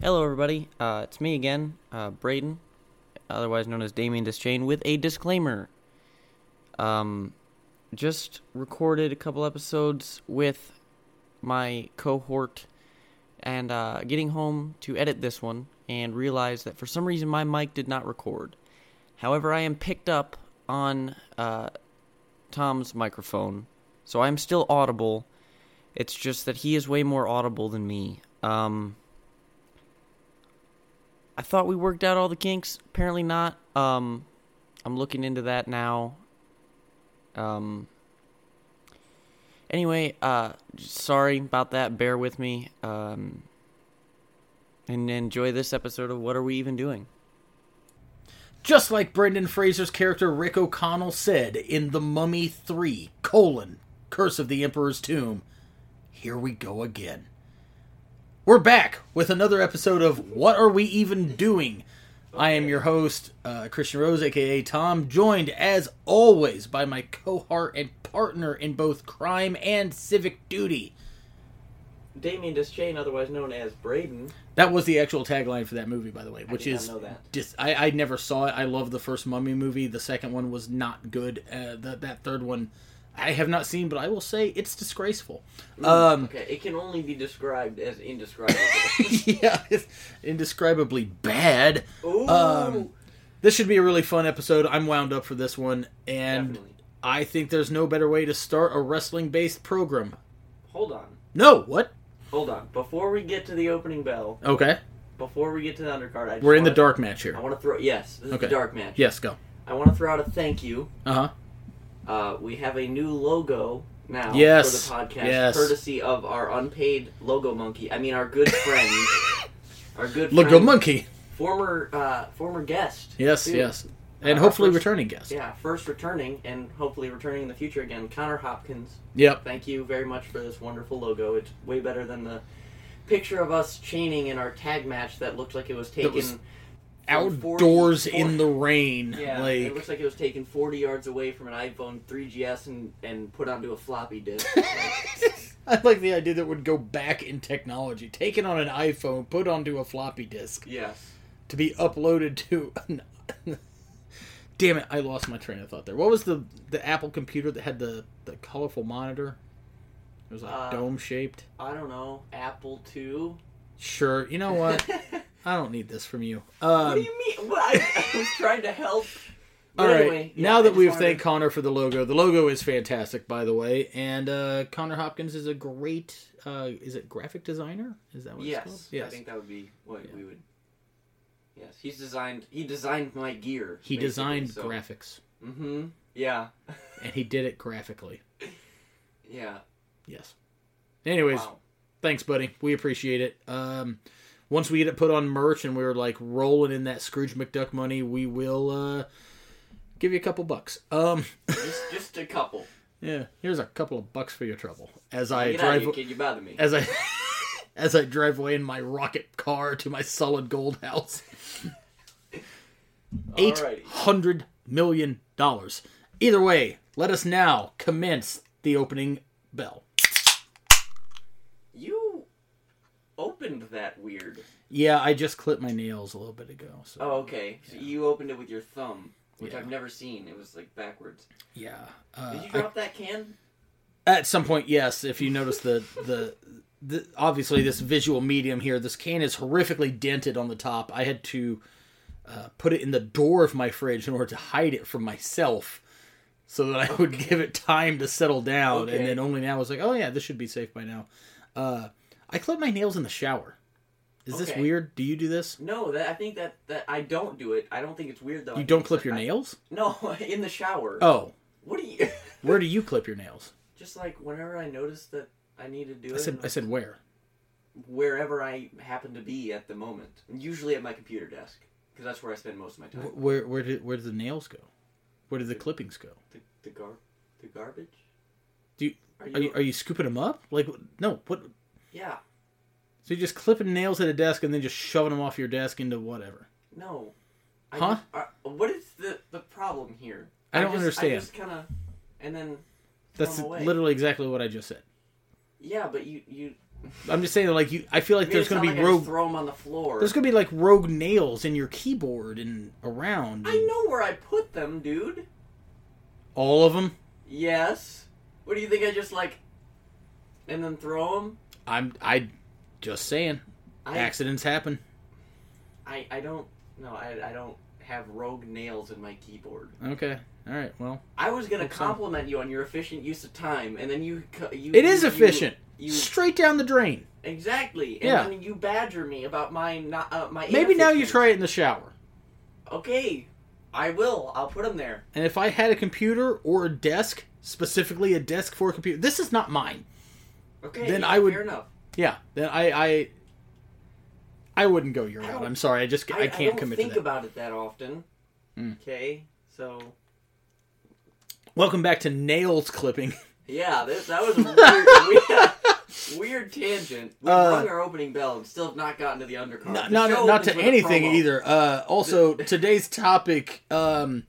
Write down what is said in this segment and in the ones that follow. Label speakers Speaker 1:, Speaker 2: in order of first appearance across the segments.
Speaker 1: Hello, everybody. Uh, it's me again, uh, Braden, otherwise known as Damien Dischain, with a disclaimer. Um, just recorded a couple episodes with my cohort and uh, getting home to edit this one and realized that for some reason my mic did not record. However, I am picked up on uh, Tom's microphone, so I'm still audible. It's just that he is way more audible than me. Um, I thought we worked out all the kinks. Apparently not. Um, I'm looking into that now. Um. Anyway, uh, sorry about that. Bear with me. Um, and enjoy this episode of What Are We Even Doing?
Speaker 2: Just like Brendan Fraser's character Rick O'Connell said in The Mummy 3, colon, Curse of the Emperor's Tomb, here we go again. We're back with another episode of What Are We Even Doing? I am your host, uh, Christian Rose, aka Tom, joined as always by my cohort and partner in both crime and civic duty.
Speaker 1: Damien Deschain, otherwise known as Braden.
Speaker 2: That was the actual tagline for that movie, by the way, which
Speaker 1: did not
Speaker 2: is
Speaker 1: know that.
Speaker 2: dis- I, I never saw it. I love the first Mummy movie. The second one was not good. Uh, the, that third one, I have not seen, but I will say it's disgraceful. Um,
Speaker 1: Okay, it can only be described as indescribable.
Speaker 2: yeah, it's indescribably bad.
Speaker 1: Ooh,
Speaker 2: Um, This should be a really fun episode. I'm wound up for this one, and
Speaker 1: definitely.
Speaker 2: I think there's no better way to start a wrestling based program.
Speaker 1: Hold on,
Speaker 2: No, what?
Speaker 1: hold on. Before we get to the opening bell,
Speaker 2: Okay,
Speaker 1: before we get to the undercard, I just
Speaker 2: we're in the
Speaker 1: wanna-
Speaker 2: dark match here.
Speaker 1: I want to throw yes, this
Speaker 2: Okay.
Speaker 1: is the dark match.
Speaker 2: Yes, go.
Speaker 1: I want to throw out a thank you.
Speaker 2: Uh huh.
Speaker 1: Uh, we have a new logo now
Speaker 2: Yes.
Speaker 1: for the podcast,
Speaker 2: Yes.
Speaker 1: courtesy of our unpaid logo monkey. I mean, our good friend, our good
Speaker 2: Logo
Speaker 1: friend,
Speaker 2: Monkey.
Speaker 1: former uh, former guest.
Speaker 2: Yes,
Speaker 1: too.
Speaker 2: yes, and
Speaker 1: Uh,
Speaker 2: hopefully
Speaker 1: first-
Speaker 2: returning guest.
Speaker 1: Yeah, first returning and hopefully returning in the future again. Connor Hopkins,
Speaker 2: Yep.
Speaker 1: thank you very much for this wonderful logo. It's way better than the picture of us chaining in our tag match that looked like it was taken
Speaker 2: was
Speaker 1: from 40
Speaker 2: outdoors
Speaker 1: 40
Speaker 2: in the rain.
Speaker 1: Yeah, it
Speaker 2: like
Speaker 1: looks like it was taken 40 yards away from an iPhone 3GS and, and put onto a floppy disk.
Speaker 2: I like the idea that would go back in technology, taken on an iPhone, put onto a floppy disk
Speaker 1: yes.
Speaker 2: to be uploaded to. Damn it! I lost my train of thought there. What was the the Apple computer that had the the colorful monitor? It was like
Speaker 1: Uh,
Speaker 2: dome shaped.
Speaker 1: I don't know. Apple II.
Speaker 2: Sure, you know what?
Speaker 1: what
Speaker 2: I don't need this from you.
Speaker 1: do
Speaker 2: Um,
Speaker 1: you mean? What I, I was trying to help. But
Speaker 2: all right.
Speaker 1: anyway, yeah,
Speaker 2: now
Speaker 1: I
Speaker 2: that
Speaker 1: just
Speaker 2: we've
Speaker 1: wanted
Speaker 2: thanked
Speaker 1: to-
Speaker 2: Connor for the logo, the logo is fantastic, by the way. And uh, Connor Hopkins is a great. Uh, is it graphic designer? Is that what it's called?
Speaker 1: Yes, I think that would be what we would. Yes, he's designed. He designed my gear.
Speaker 2: He designed
Speaker 1: graphics.
Speaker 2: graphics,
Speaker 1: Mm-hmm. Yeah.
Speaker 2: and he did it graphically.
Speaker 1: Yeah.
Speaker 2: Yes. Anyways,
Speaker 1: Wow.
Speaker 2: thanks, buddy. We appreciate it. Um, once we get it put on merch and we're like rolling in that Scrooge McDuck money, we will uh, give you a couple bucks. Um,
Speaker 1: Just, just a couple.
Speaker 2: yeah, here's a couple of bucks for your trouble. As I
Speaker 1: Get out of
Speaker 2: drive,
Speaker 1: here, kid. You bother me.
Speaker 2: as I as I drive away in my rocket car to my solid gold house. Eight
Speaker 1: Alrighty.
Speaker 2: hundred million dollars. Either way, let us now commence the opening bell.
Speaker 1: You opened that weird.
Speaker 2: Yeah, I just clipped my nails a little bit ago. So
Speaker 1: Oh, okay. So you opened it with your thumb, which
Speaker 2: Yeah.
Speaker 1: I've never seen. It was like backwards.
Speaker 2: yeah, uh,
Speaker 1: Did you drop that can?
Speaker 2: I- at some point, yes. If you notice the the. The, obviously, this visual medium here, this can is horrifically dented on the top. I had to uh, put it in the door of my fridge in order to hide it from myself, so that I would give it time to settle down.
Speaker 1: Okay.
Speaker 2: And then only now I was like, "Oh yeah, this should be safe by now." Uh, I clip my nails in the shower. Is this
Speaker 1: Okay.
Speaker 2: weird? Do you do this?
Speaker 1: No, that I think that that I don't do it. I don't think it's weird though. I
Speaker 2: You
Speaker 1: think
Speaker 2: don't
Speaker 1: it's
Speaker 2: clip
Speaker 1: like-
Speaker 2: your
Speaker 1: I-
Speaker 2: nails?
Speaker 1: No, in the shower.
Speaker 2: Oh,
Speaker 1: What do you?
Speaker 2: where do you clip your nails?
Speaker 1: Just like whenever I notice that I need to do
Speaker 2: I
Speaker 1: it,
Speaker 2: said,
Speaker 1: I'm
Speaker 2: I
Speaker 1: like,
Speaker 2: said where?
Speaker 1: wherever I happen to be at the moment. Usually at my computer desk because that's where I spend most of my time.
Speaker 2: Wh- Where where did where did the nails go? Where did the clippings go?
Speaker 1: The, the gar, the garbage.
Speaker 2: Do you
Speaker 1: Are you?
Speaker 2: are you, are you scooping them up? Like no, what?
Speaker 1: Yeah.
Speaker 2: So you're just clipping nails at a desk and then just shoving them off your desk into whatever.
Speaker 1: No. I
Speaker 2: Huh?
Speaker 1: just- are- what is the the problem here?
Speaker 2: I don't
Speaker 1: just, I
Speaker 2: understand.
Speaker 1: just kind of, and then. throw
Speaker 2: That's
Speaker 1: 'em away.
Speaker 2: literally exactly what I just said.
Speaker 1: Yeah, but you you
Speaker 2: I'm just saying, like you, I feel
Speaker 1: I
Speaker 2: like
Speaker 1: mean,
Speaker 2: there's
Speaker 1: it's
Speaker 2: going
Speaker 1: not
Speaker 2: to be
Speaker 1: like I just
Speaker 2: rogue.
Speaker 1: throw them on the floor.
Speaker 2: There's going to be like rogue nails in your keyboard and around.
Speaker 1: I
Speaker 2: and-
Speaker 1: know where I put them, dude.
Speaker 2: all of them.
Speaker 1: Yes. What do you think? I just like and then throw them.
Speaker 2: I'm I, just saying,
Speaker 1: I
Speaker 2: accidents happen.
Speaker 1: I, I don't no I, I don't have rogue nails in my keyboard.
Speaker 2: Okay, all right. Well,
Speaker 1: I was gonna
Speaker 2: Hope so.
Speaker 1: compliment you on your efficient use of time, and then you co- you
Speaker 2: it is
Speaker 1: you-
Speaker 2: efficient.
Speaker 1: You,
Speaker 2: Straight down the drain.
Speaker 1: exactly, and
Speaker 2: Yeah.
Speaker 1: then you badger me about my not uh, my.
Speaker 2: Maybe now you
Speaker 1: inefficiency.
Speaker 2: try it in the shower.
Speaker 1: Okay, I will. I'll put them there.
Speaker 2: And if I had a computer or a desk, specifically a desk for a computer, this is not mine.
Speaker 1: Okay,
Speaker 2: Then
Speaker 1: yeah,
Speaker 2: I would-
Speaker 1: Fair enough.
Speaker 2: Yeah, then I I I wouldn't go your
Speaker 1: I
Speaker 2: route.
Speaker 1: don't-
Speaker 2: I'm sorry. I just I,
Speaker 1: I
Speaker 2: can't
Speaker 1: don't
Speaker 2: commit to
Speaker 1: think
Speaker 2: that.
Speaker 1: about it that often.
Speaker 2: Mm.
Speaker 1: Okay, so
Speaker 2: Welcome back to nails clipping.
Speaker 1: yeah, that, that was a weird, weird, weird tangent. We
Speaker 2: Uh,
Speaker 1: rung our opening bell and still have not gotten to the undercard.
Speaker 2: not
Speaker 1: Uh, The
Speaker 2: not,
Speaker 1: show
Speaker 2: not
Speaker 1: opens
Speaker 2: to
Speaker 1: with a
Speaker 2: anything
Speaker 1: promo.
Speaker 2: either. Uh, also, today's topic, um,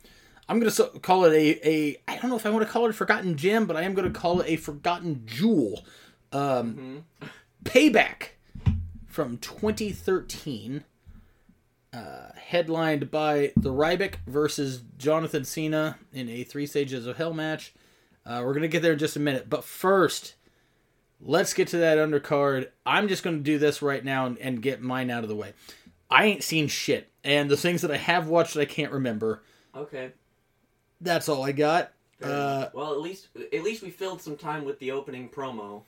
Speaker 2: I'm going to so- call it a, a I don't know if I want to call it a forgotten gem, but I am going to call it a forgotten jewel. Um,
Speaker 1: Mhm.
Speaker 2: Payback from 2013, uh, headlined by the Ryback versus Jonathan Cena in a three stages of hell match. Uh, we're gonna get there in just a minute, but first, let's get to that undercard. I'm just gonna do this right now and, and get mine out of the way. I ain't seen shit, and the things that I have watched, I can't remember.
Speaker 1: Okay.
Speaker 2: That's all I got. Uh,
Speaker 1: well, at least at least we filled some time with the opening promo.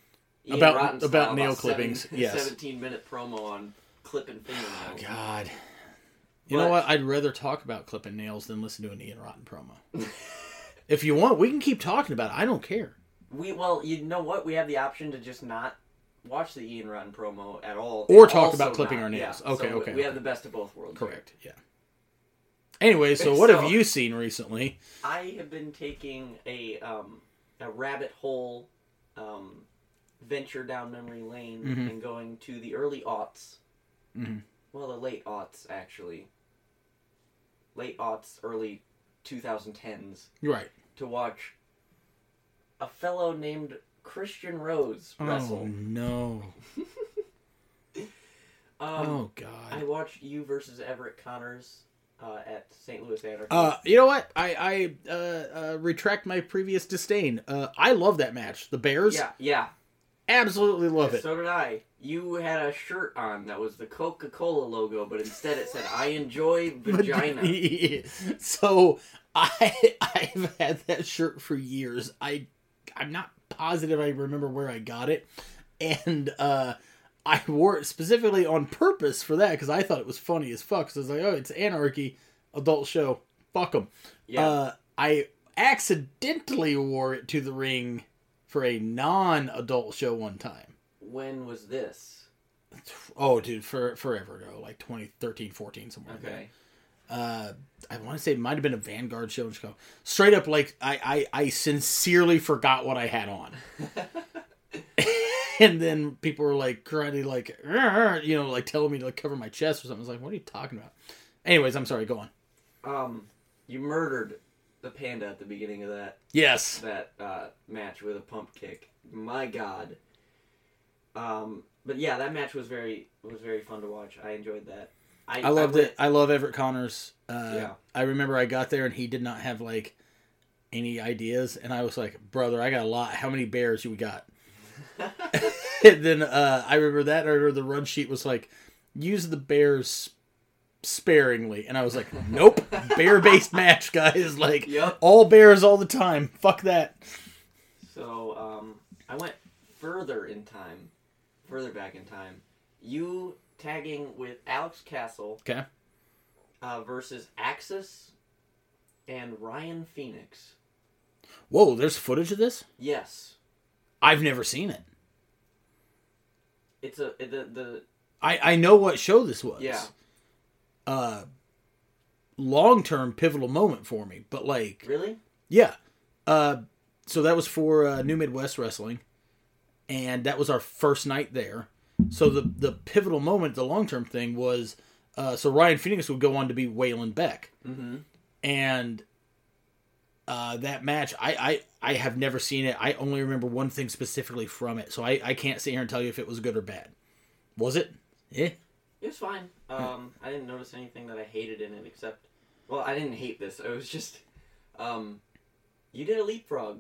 Speaker 1: Ian
Speaker 2: About-
Speaker 1: Rotten style,
Speaker 2: about nail clippings,
Speaker 1: Seven,
Speaker 2: yes.
Speaker 1: Seventeen minute promo on clipping fingernails.
Speaker 2: God, you know
Speaker 1: But-
Speaker 2: what? I'd rather talk about clipping nails than listen to an Ian Rotten promo. if you want, we can keep talking about it. I don't care.
Speaker 1: We well, you know what? We have the option to just not watch the Ian Rotten promo at all,
Speaker 2: Or talk
Speaker 1: Also
Speaker 2: about clipping our nails.
Speaker 1: yeah.
Speaker 2: Okay,
Speaker 1: So we-
Speaker 2: okay,
Speaker 1: We have
Speaker 2: okay.
Speaker 1: the best of both worlds. here.
Speaker 2: Correct. Yeah. Anyway, so what have
Speaker 1: So-
Speaker 2: you seen recently?
Speaker 1: I have been taking a um, a rabbit hole um, venture down memory lane
Speaker 2: Mhm.
Speaker 1: and going to the early aughts.
Speaker 2: Mhm.
Speaker 1: Well, the late aughts actually. Late aughts, early 2010s
Speaker 2: Right.
Speaker 1: to watch a fellow named Christian Rose
Speaker 2: Oh.
Speaker 1: wrestle.
Speaker 2: no.
Speaker 1: Um,
Speaker 2: oh
Speaker 1: I
Speaker 2: God.
Speaker 1: watched you versus Everett Connors uh, at St. Louis Anarchy.
Speaker 2: Uh, you know what? I I uh, uh, retract my previous disdain. Uh, I love that match. The Bears
Speaker 1: yeah, yeah.
Speaker 2: absolutely love it.
Speaker 1: So did I. You had a shirt on that was the Coca Cola logo, but instead it said, I enjoy vagina.
Speaker 2: so I I've had that shirt for years. I I'm not positive I remember where I got it, and uh, I wore it specifically on purpose for that because I thought it was funny as fuck. So I was like, oh, it's anarchy, adult show. Fuck them.
Speaker 1: Yeah.
Speaker 2: Uh, I accidentally wore it to the ring for a non-adult show one time.
Speaker 1: when was this?
Speaker 2: Oh, dude, for forever ago, like 2013, 14, somewhere. like
Speaker 1: Okay.
Speaker 2: that. Uh, I want to say it might have been a Vanguard show in Chicago. Straight up, like I, I, I sincerely forgot what I had on. and then people were like karate, like "Arr," you know, like telling me to like cover my chest or something. I was like, what are you talking about? Anyways, I'm sorry. Go on.
Speaker 1: Um, you murdered the panda at the beginning of that
Speaker 2: Yes.
Speaker 1: that uh, match with a pump kick. My God. Um, but yeah, that match was very was very fun to watch. I enjoyed that. I,
Speaker 2: I loved
Speaker 1: went-
Speaker 2: it. I love Everett Connors. Uh,
Speaker 1: Yeah.
Speaker 2: I remember I got there and he did not have like any ideas, and I was like, "Brother, I got a lot. How many bears you got?" and then uh, I remember that. and I remember the run sheet was like, "Use the bears sparingly," and I was like, "Nope, bear based match, guys. Like
Speaker 1: Yep.
Speaker 2: all bears all the time. Fuck that."
Speaker 1: So um, I went further in time, further back in time. You tagging with Alex Castle
Speaker 2: Okay.
Speaker 1: uh, versus Axis and Ryan Phoenix.
Speaker 2: Whoa, there's footage of this.
Speaker 1: Yes,
Speaker 2: I've never seen it.
Speaker 1: it's a the the
Speaker 2: I I know what show this was.
Speaker 1: yeah.
Speaker 2: uh long term pivotal moment for me. But like
Speaker 1: Really?
Speaker 2: yeah. Uh so that was for uh, New Midwest Wrestling and that was our first night there. So the the pivotal moment, the long term thing was Mm-hmm. uh so Ryan Phoenix would go on to be Waylon Beck.
Speaker 1: Mm-hmm.
Speaker 2: And uh, that match, I, I I have never seen it. I only remember one thing specifically from it, so I, I can't sit here and tell you if it was good or bad. Was it? Eh?
Speaker 1: It was fine.
Speaker 2: Hmm.
Speaker 1: Um, I didn't notice anything that I hated in it except, well, I didn't hate this. It was just, um, you did a leapfrog.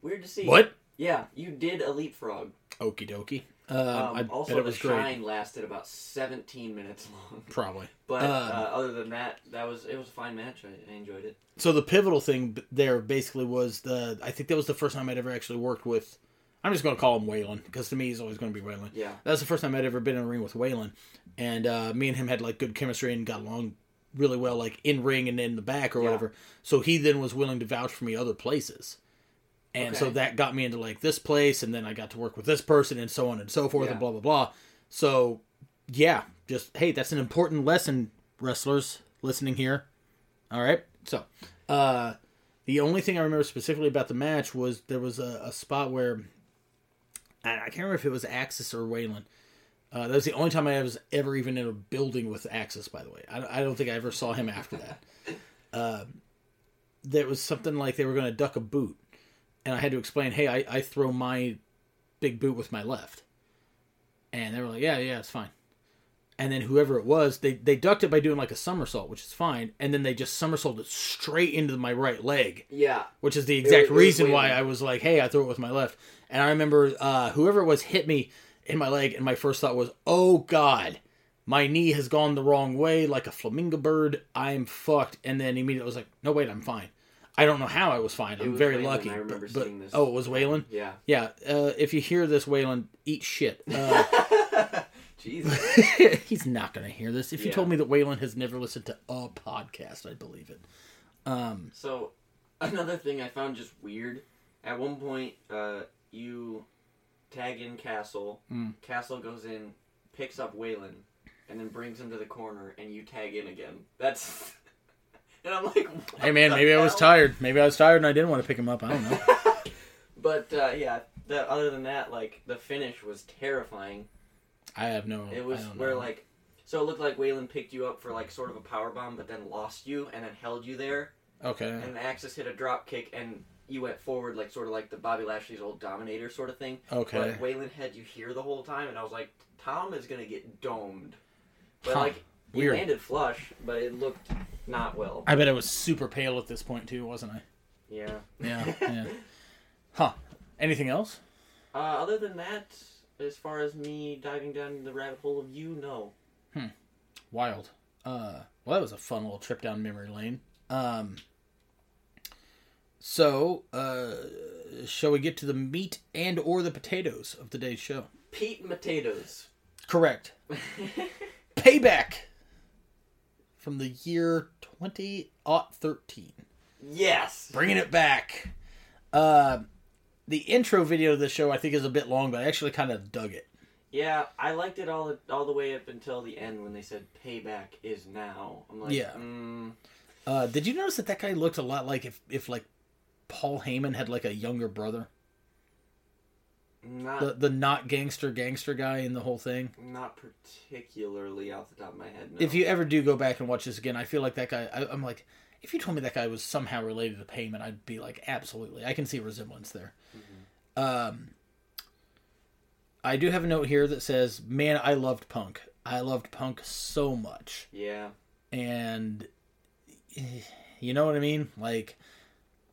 Speaker 1: Weird to see.
Speaker 2: What?
Speaker 1: Yeah, you did a leapfrog.
Speaker 2: Okie dokie. Um,
Speaker 1: Um,
Speaker 2: I
Speaker 1: also,
Speaker 2: bet it
Speaker 1: the
Speaker 2: was great.
Speaker 1: shine lasted about 17 minutes long.
Speaker 2: Probably.
Speaker 1: But uh,
Speaker 2: Uh,
Speaker 1: other than that, that was it was a fine match. I, I enjoyed it.
Speaker 2: so the pivotal thing b- there basically was the I think that was the first time I'd ever actually worked with. I'm just going to call him Waylon because to me he's always going to be Waylon.
Speaker 1: Yeah.
Speaker 2: That was the first time I'd ever been in a ring with Waylon, and uh, me and him had like good chemistry and got along really well, like in ring and in the back or
Speaker 1: Yeah.
Speaker 2: whatever. So he then was willing to vouch for me other places, and so
Speaker 1: Okay.
Speaker 2: that got me into like this place, and then I got to work with this person, and so on and so forth,
Speaker 1: Yeah.
Speaker 2: and blah blah blah. So yeah, just hey, that's an important lesson, wrestlers listening here. All right, so uh, the only thing I remember specifically about the match was there was a, a spot where I, I can't remember if it was Axis or Wayland. Uh, that was the only time I was ever even in a building with Axis. By the way, I, I don't think I ever saw him after that. uh, there was something like they were going to duck a boot, and I had to explain, "Hey, I, I throw my big boot with my left," and they were like, "Yeah, yeah, it's fine." And then whoever it was, they they ducked it by doing like a somersault, which is fine, and then they just somersaulted straight into my right leg
Speaker 1: Yeah.
Speaker 2: which is the exact
Speaker 1: it was
Speaker 2: reason
Speaker 1: way
Speaker 2: why
Speaker 1: more.
Speaker 2: I was like, "Hey, I threw it with my left." And I remember uh, whoever it was hit me in my leg, and my first thought was, "Oh God, my knee has gone the wrong way, like a flamingo bird. I'm fucked." And then immediately I was like, "No, wait, I'm fine. I don't know how I was fine. I'm
Speaker 1: was
Speaker 2: very
Speaker 1: Waylon.
Speaker 2: lucky."
Speaker 1: I remember
Speaker 2: but, but-
Speaker 1: seeing this.
Speaker 2: Oh, it was Waylon.
Speaker 1: Yeah.
Speaker 2: Yeah. Uh, if you hear this, Waylon, eat shit. Uh,
Speaker 1: Jesus.
Speaker 2: he's not gonna hear this. If you
Speaker 1: Yeah.
Speaker 2: told me that Waylon has never listened to a podcast, I'd believe it. Um,
Speaker 1: So, another thing I found just weird. At one point, uh, you tag in Castle.
Speaker 2: Hmm.
Speaker 1: Castle goes in, picks up Waylon, and then brings him to the corner, and you tag in again. That's. and I'm like, what
Speaker 2: Hey man,
Speaker 1: the
Speaker 2: maybe I was
Speaker 1: hell?
Speaker 2: tired. Maybe I was tired and I didn't want to pick him up. I don't know.
Speaker 1: But, uh, yeah, the, other than that, like, the finish was terrifying.
Speaker 2: I have no.
Speaker 1: It was
Speaker 2: Oh, I don't
Speaker 1: where,
Speaker 2: know.
Speaker 1: like, so it looked like Waylon picked you up for, like, sort of a power bomb, but then lost you and then held you there.
Speaker 2: Okay.
Speaker 1: and Axis hit a drop kick and you went forward like sort of like the Bobby Lashley's old Dominator sort of thing.
Speaker 2: Okay.
Speaker 1: But Waylon had you here the whole time, and I was like, Tom is gonna get domed. But
Speaker 2: Huh.
Speaker 1: like he
Speaker 2: Weird.
Speaker 1: landed flush, but it looked not well.
Speaker 2: I bet I was super pale at this point too, wasn't I?
Speaker 1: Yeah.
Speaker 2: Yeah. Yeah. huh. Anything else?
Speaker 1: Uh, other than that, as far as me diving down the rabbit hole of you, no.
Speaker 2: Wild. Uh, well, that was a fun little trip down memory lane. Um. So, uh, shall we get to the meat and or the potatoes of today's show?
Speaker 1: Pete and potatoes.
Speaker 2: Correct. Payback from the year twenty oh thirteen.
Speaker 1: Yes.
Speaker 2: bringing it back. Uh, the intro video of the show I think is a bit long, but I actually kind of dug it.
Speaker 1: Yeah, I liked it all all the way up until the end when they said payback is now. I'm like,
Speaker 2: Yeah.
Speaker 1: mm,
Speaker 2: Uh, did you notice that that guy looked a lot like if if like Paul Heyman had like a younger brother,
Speaker 1: not
Speaker 2: the the not gangster gangster guy in the whole thing.
Speaker 1: Not particularly off the top of my head. No.
Speaker 2: If you ever do go back and watch this again, I feel like that guy. I, I'm like, if you told me that guy was somehow related to Heyman, I'd be like, absolutely, I can see a resemblance there. Um, I do have a note here that says, "Man, I loved Punk. I loved Punk so much."
Speaker 1: yeah,
Speaker 2: and eh, you know what I mean? Like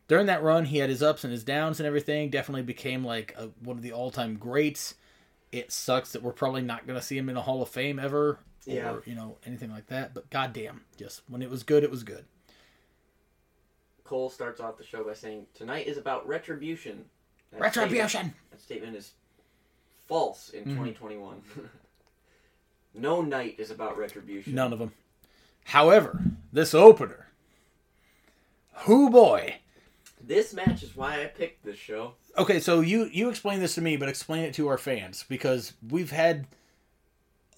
Speaker 2: during that run, he had his ups and his downs and everything. Definitely became like a, one of the all-time greats. It sucks that we're probably not going to see him in a Hall of Fame ever, or
Speaker 1: Yeah.
Speaker 2: you know anything like that. But goddamn, yes, when it was good, it was good.
Speaker 1: Cole starts off the show by saying, "Tonight is about retribution." That
Speaker 2: Retribution. Mm-hmm.
Speaker 1: statement- That statement is false in 2021. no night is about retribution.
Speaker 2: None of them. However, this opener, who boy.
Speaker 1: This match is why I picked this show.
Speaker 2: Okay, so you you explain this to me, but explain it to our fans because we've had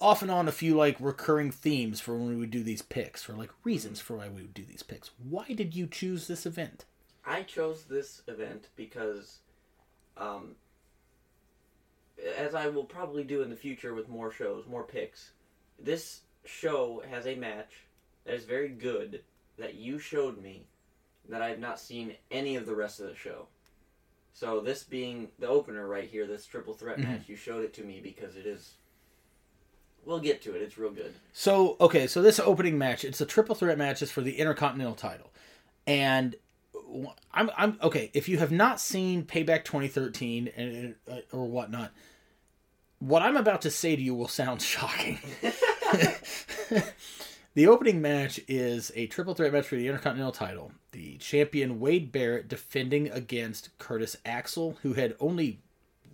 Speaker 2: off and on a few like recurring themes for when we would do these picks, or like reasons for why we would do these picks. Why did you choose this event?
Speaker 1: I chose this event because, um, as I will probably do in the future with more shows, more picks, this show has a match that is very good that you showed me, that I've not seen any of the rest of the show. So this being the opener right here, this triple threat match, you showed it to me because it is. We'll get to it. It's real good.
Speaker 2: So okay, so this opening match, it's a triple threat match. It's for the Intercontinental title, and w- I'm I'm okay. If you have not seen Payback 2013 and uh, or whatnot, what I'm about to say to you will sound shocking. the opening match is a triple threat match for the Intercontinental title. The champion Wade Barrett defending against Curtis Axel, who had only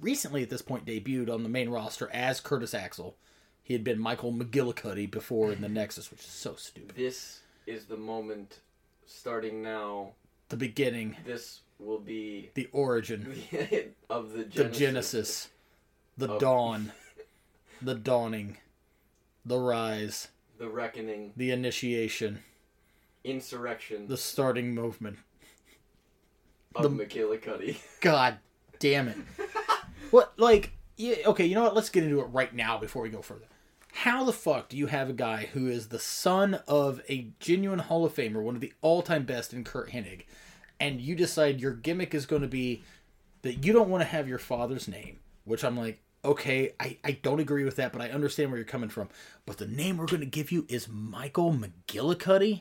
Speaker 2: recently at this point debuted on the main roster as Curtis Axel. He had been Michael McGillicuddy before in the Nexus, which is so stupid.
Speaker 1: This is the moment. Starting now,
Speaker 2: The beginning,
Speaker 1: this will be
Speaker 2: the origin,
Speaker 1: of the
Speaker 2: the
Speaker 1: Genesis.
Speaker 2: genesis, the dawn, the dawning, the rise,
Speaker 1: the reckoning,
Speaker 2: the initiation,
Speaker 1: insurrection
Speaker 2: the starting movement.
Speaker 1: of McGillicuddy.
Speaker 2: God damn it. what, like, yeah, okay, you know what? Let's get into it right now before we go further. How the fuck do you have a guy who is the son of a genuine Hall of Famer, one of the all time best in Kurt Hennig, and you decide your gimmick is going to be that you don't want to have your father's name? Which I'm like, okay, I, I don't agree with that, but I understand where you're coming from. But the name we're going to give you is Michael McGillicuddy?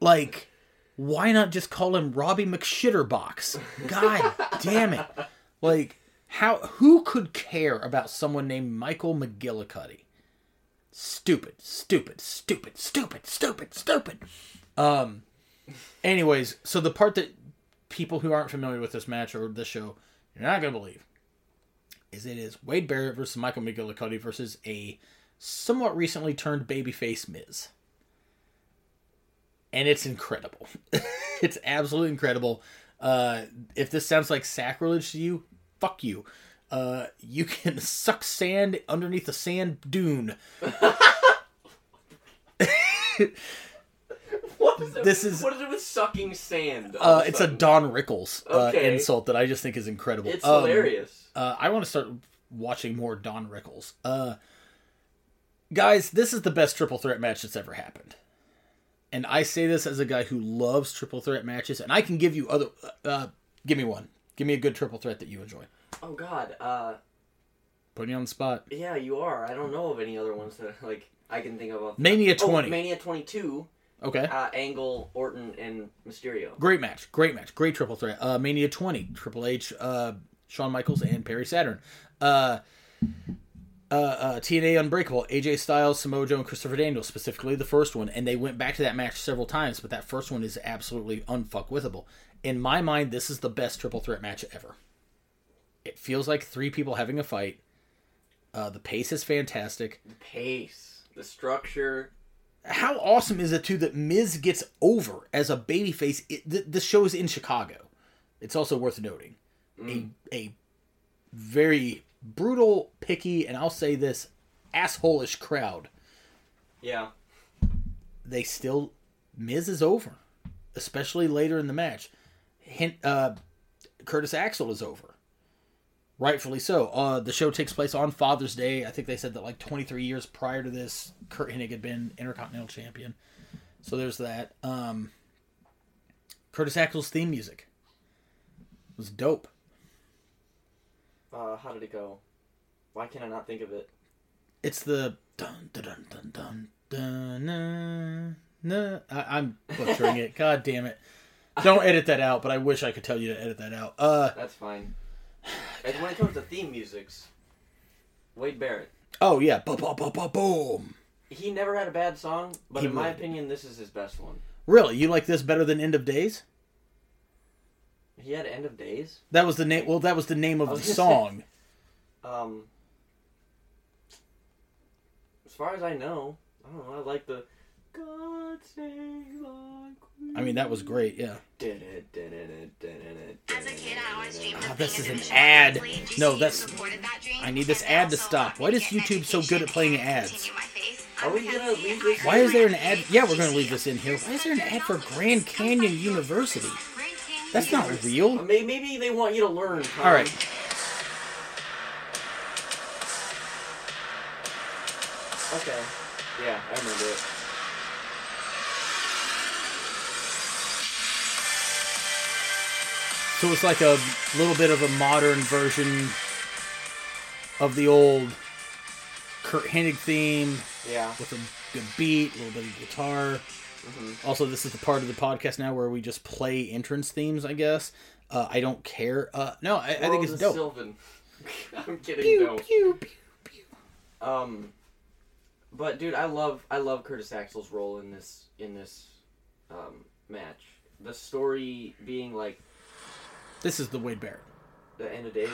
Speaker 2: like why not just call him Robbie McShitterbox? God damn it. Like, how who could care about someone named Michael McGillicuddy? Stupid, stupid, stupid, stupid, stupid, stupid. Um anyways, so the part that people who aren't familiar with this match or this show, you're not gonna believe is it is Wade Barrett versus Michael McGillicuddy versus a somewhat recently turned babyface Miz and it's incredible. it's absolutely incredible. Uh, if this sounds like sacrilege to you, fuck you. Uh, you can suck sand underneath a sand dune.
Speaker 1: What is it?
Speaker 2: This is-
Speaker 1: what is it with sucking sand? all
Speaker 2: Uh,
Speaker 1: of
Speaker 2: it's a
Speaker 1: sudden?
Speaker 2: Don Rickles uh,
Speaker 1: Okay.
Speaker 2: insult that I just think is incredible.
Speaker 1: It's
Speaker 2: Um,
Speaker 1: hilarious.
Speaker 2: Uh, I want to start watching more Don Rickles. Uh, guys, this is the best triple threat match that's ever happened. And I say this as a guy who loves triple threat matches, and I can give you other. Uh, give me one. Give me a good triple threat that you enjoy.
Speaker 1: Oh God. Uh,
Speaker 2: Putting you on the spot.
Speaker 1: yeah, you are. I don't know of any other ones that like I can think of. off-
Speaker 2: Mania
Speaker 1: Oh,
Speaker 2: 20.
Speaker 1: Mania twenty two.
Speaker 2: Okay.
Speaker 1: Uh, Angle, Orton, and Mysterio.
Speaker 2: Great match. Great match. Great triple threat. Uh, Mania 20. Triple H, uh, Shawn Michaels, and Perry Saturn. Uh, uh, uh, TNA Unbreakable, AJ Styles, Samoa Joe, and Christopher Daniels, specifically the first one. And they went back to that match several times, but that first one is absolutely unfuckwithable. In my mind, this is the best triple threat match ever. It feels like three people having a fight. Uh, the pace is fantastic.
Speaker 1: The pace, the structure.
Speaker 2: How awesome is it, too, that Miz gets over as a babyface? It, th- this show is in Chicago. It's also worth noting. A, a very brutal, picky, and I'll say this, assholeish crowd
Speaker 1: Yeah.
Speaker 2: they still Miz is over, especially later in the match. Hint, uh, Curtis Axel is over, rightfully so. Uh, the show takes place on Father's Day. I think they said that like 23 years prior to this, Kurt Hennig had been Intercontinental Champion. So there's that. Um, Curtis Axel's theme music was dope.
Speaker 1: Uh, how did it go? Why can I not think of it?
Speaker 2: It's the dun dun dun dun dun dun. na, na. I, I'm butchering it. God damn it! Don't edit that out. But I wish I could tell you to edit that out. Uh
Speaker 1: That's fine. And when it comes to theme musics, Wade Barrett.
Speaker 2: oh yeah. Ba ba ba ba boom.
Speaker 1: He never had a bad song, but
Speaker 2: He
Speaker 1: in my
Speaker 2: would.
Speaker 1: opinion, this is his best one.
Speaker 2: Really, you like this better than End of Days?
Speaker 1: He had End of Days.
Speaker 2: That was the name. Well, that was the name of the
Speaker 1: was gonna
Speaker 2: song.
Speaker 1: Um, as far as I know, I don't know. I like the God Save the Queen.
Speaker 2: I mean, that was great. Yeah.
Speaker 3: As a kid, I always dreamed of
Speaker 2: Ah, this is
Speaker 3: being
Speaker 2: an
Speaker 3: a visual
Speaker 2: ad.
Speaker 3: athlete.
Speaker 2: No,
Speaker 3: GCU
Speaker 2: that's-
Speaker 3: supported that dream,
Speaker 2: I need this
Speaker 3: and
Speaker 2: ad to
Speaker 3: also
Speaker 2: stop.
Speaker 3: allowed me
Speaker 2: Why
Speaker 3: to
Speaker 2: is
Speaker 3: get an
Speaker 2: YouTube so good at
Speaker 3: education
Speaker 2: playing
Speaker 3: and
Speaker 2: ads?
Speaker 3: continue my faith.
Speaker 1: Are we
Speaker 3: I'm a
Speaker 1: gonna leave this-
Speaker 3: I
Speaker 2: Why is there an
Speaker 3: graduated
Speaker 2: ad?
Speaker 3: from
Speaker 2: Yeah, we're gonna
Speaker 3: GCU.
Speaker 2: leave this in here. Why is there an ad for Grand Canyon University? That's not real.
Speaker 1: Uh, May- Maybe they want you to learn. Tom.
Speaker 2: All right.
Speaker 1: Okay. Yeah, I remember it.
Speaker 2: So it's like a little bit of a modern version of the old Kurt Hennig theme
Speaker 1: Yeah.
Speaker 2: with a good beat, a little bit of guitar. Also, this is the part of the podcast now where we just play entrance themes. I guess uh, I don't care. Uh, no, I, I think
Speaker 1: World
Speaker 2: it's
Speaker 1: of
Speaker 2: dope.
Speaker 1: Sylvan. I'm kidding.
Speaker 2: Pew,
Speaker 1: no.
Speaker 2: pew, pew.
Speaker 1: Um, but dude, I love I love Curtis Axel's role in this in this um, match. The story being like
Speaker 2: This is the Wade Barrett.
Speaker 1: the end of days.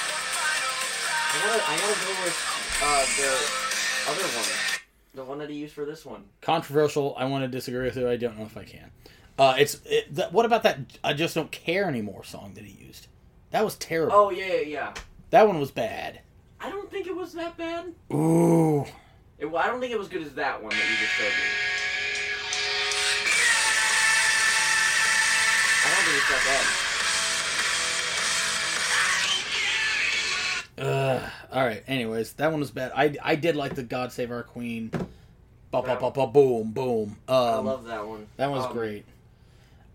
Speaker 1: I gotta, I gotta go with uh, the other one, the one that he used for this one.
Speaker 2: Controversial. I want to disagree with you. I don't know if I can. Uh, it's it, that, what about that? I just don't care anymore song that he used. That was terrible.
Speaker 1: Oh yeah, yeah, yeah.
Speaker 2: That one was bad.
Speaker 1: I don't think it was that bad.
Speaker 2: Ooh.
Speaker 1: It, well, I don't think it was good as that one that you just showed me. I don't think it's that
Speaker 2: Ugh. All right. Anyways, that one was bad. I, I did like the God Save Our Queen. Ba ba ba ba boom boom. Um,
Speaker 1: bad. I love that one.
Speaker 2: that one's
Speaker 1: Um,
Speaker 2: great.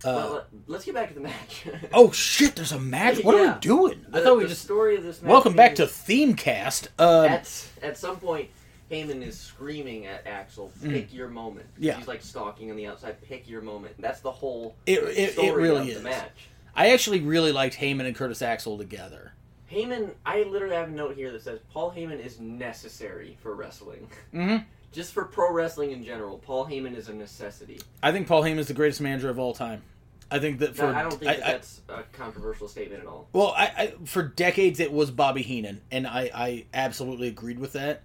Speaker 1: but
Speaker 2: Uh,
Speaker 1: let, let's get back to the match.
Speaker 2: oh shit! There's a match. What are
Speaker 1: Yeah.
Speaker 2: we doing? I
Speaker 1: The-
Speaker 2: thought we
Speaker 1: the
Speaker 2: just.
Speaker 1: story of this. Match
Speaker 2: Welcome back to
Speaker 1: is
Speaker 2: Themecast. Um,
Speaker 1: At at some point, Heyman is screaming at Axel, "Pick your moment."
Speaker 2: Mm. Yeah.
Speaker 1: He's like stalking on the outside. Pick your moment. That's the whole
Speaker 2: it it, it
Speaker 1: story
Speaker 2: really
Speaker 1: of the
Speaker 2: is.
Speaker 1: match.
Speaker 2: I actually really liked Heyman and Curtis Axel together.
Speaker 1: Heyman, I literally have a note here that says Paul Heyman is necessary for wrestling.
Speaker 2: Mhm.
Speaker 1: Just for pro wrestling in general, Paul Heyman is a necessity.
Speaker 2: I think Paul Heyman is the greatest manager of all time. I think that for
Speaker 1: That- I don't think
Speaker 2: I-
Speaker 1: that
Speaker 2: I-
Speaker 1: that's a controversial statement at all.
Speaker 2: Well, I, I for decades it was Bobby Heenan, and I, I absolutely agreed with that.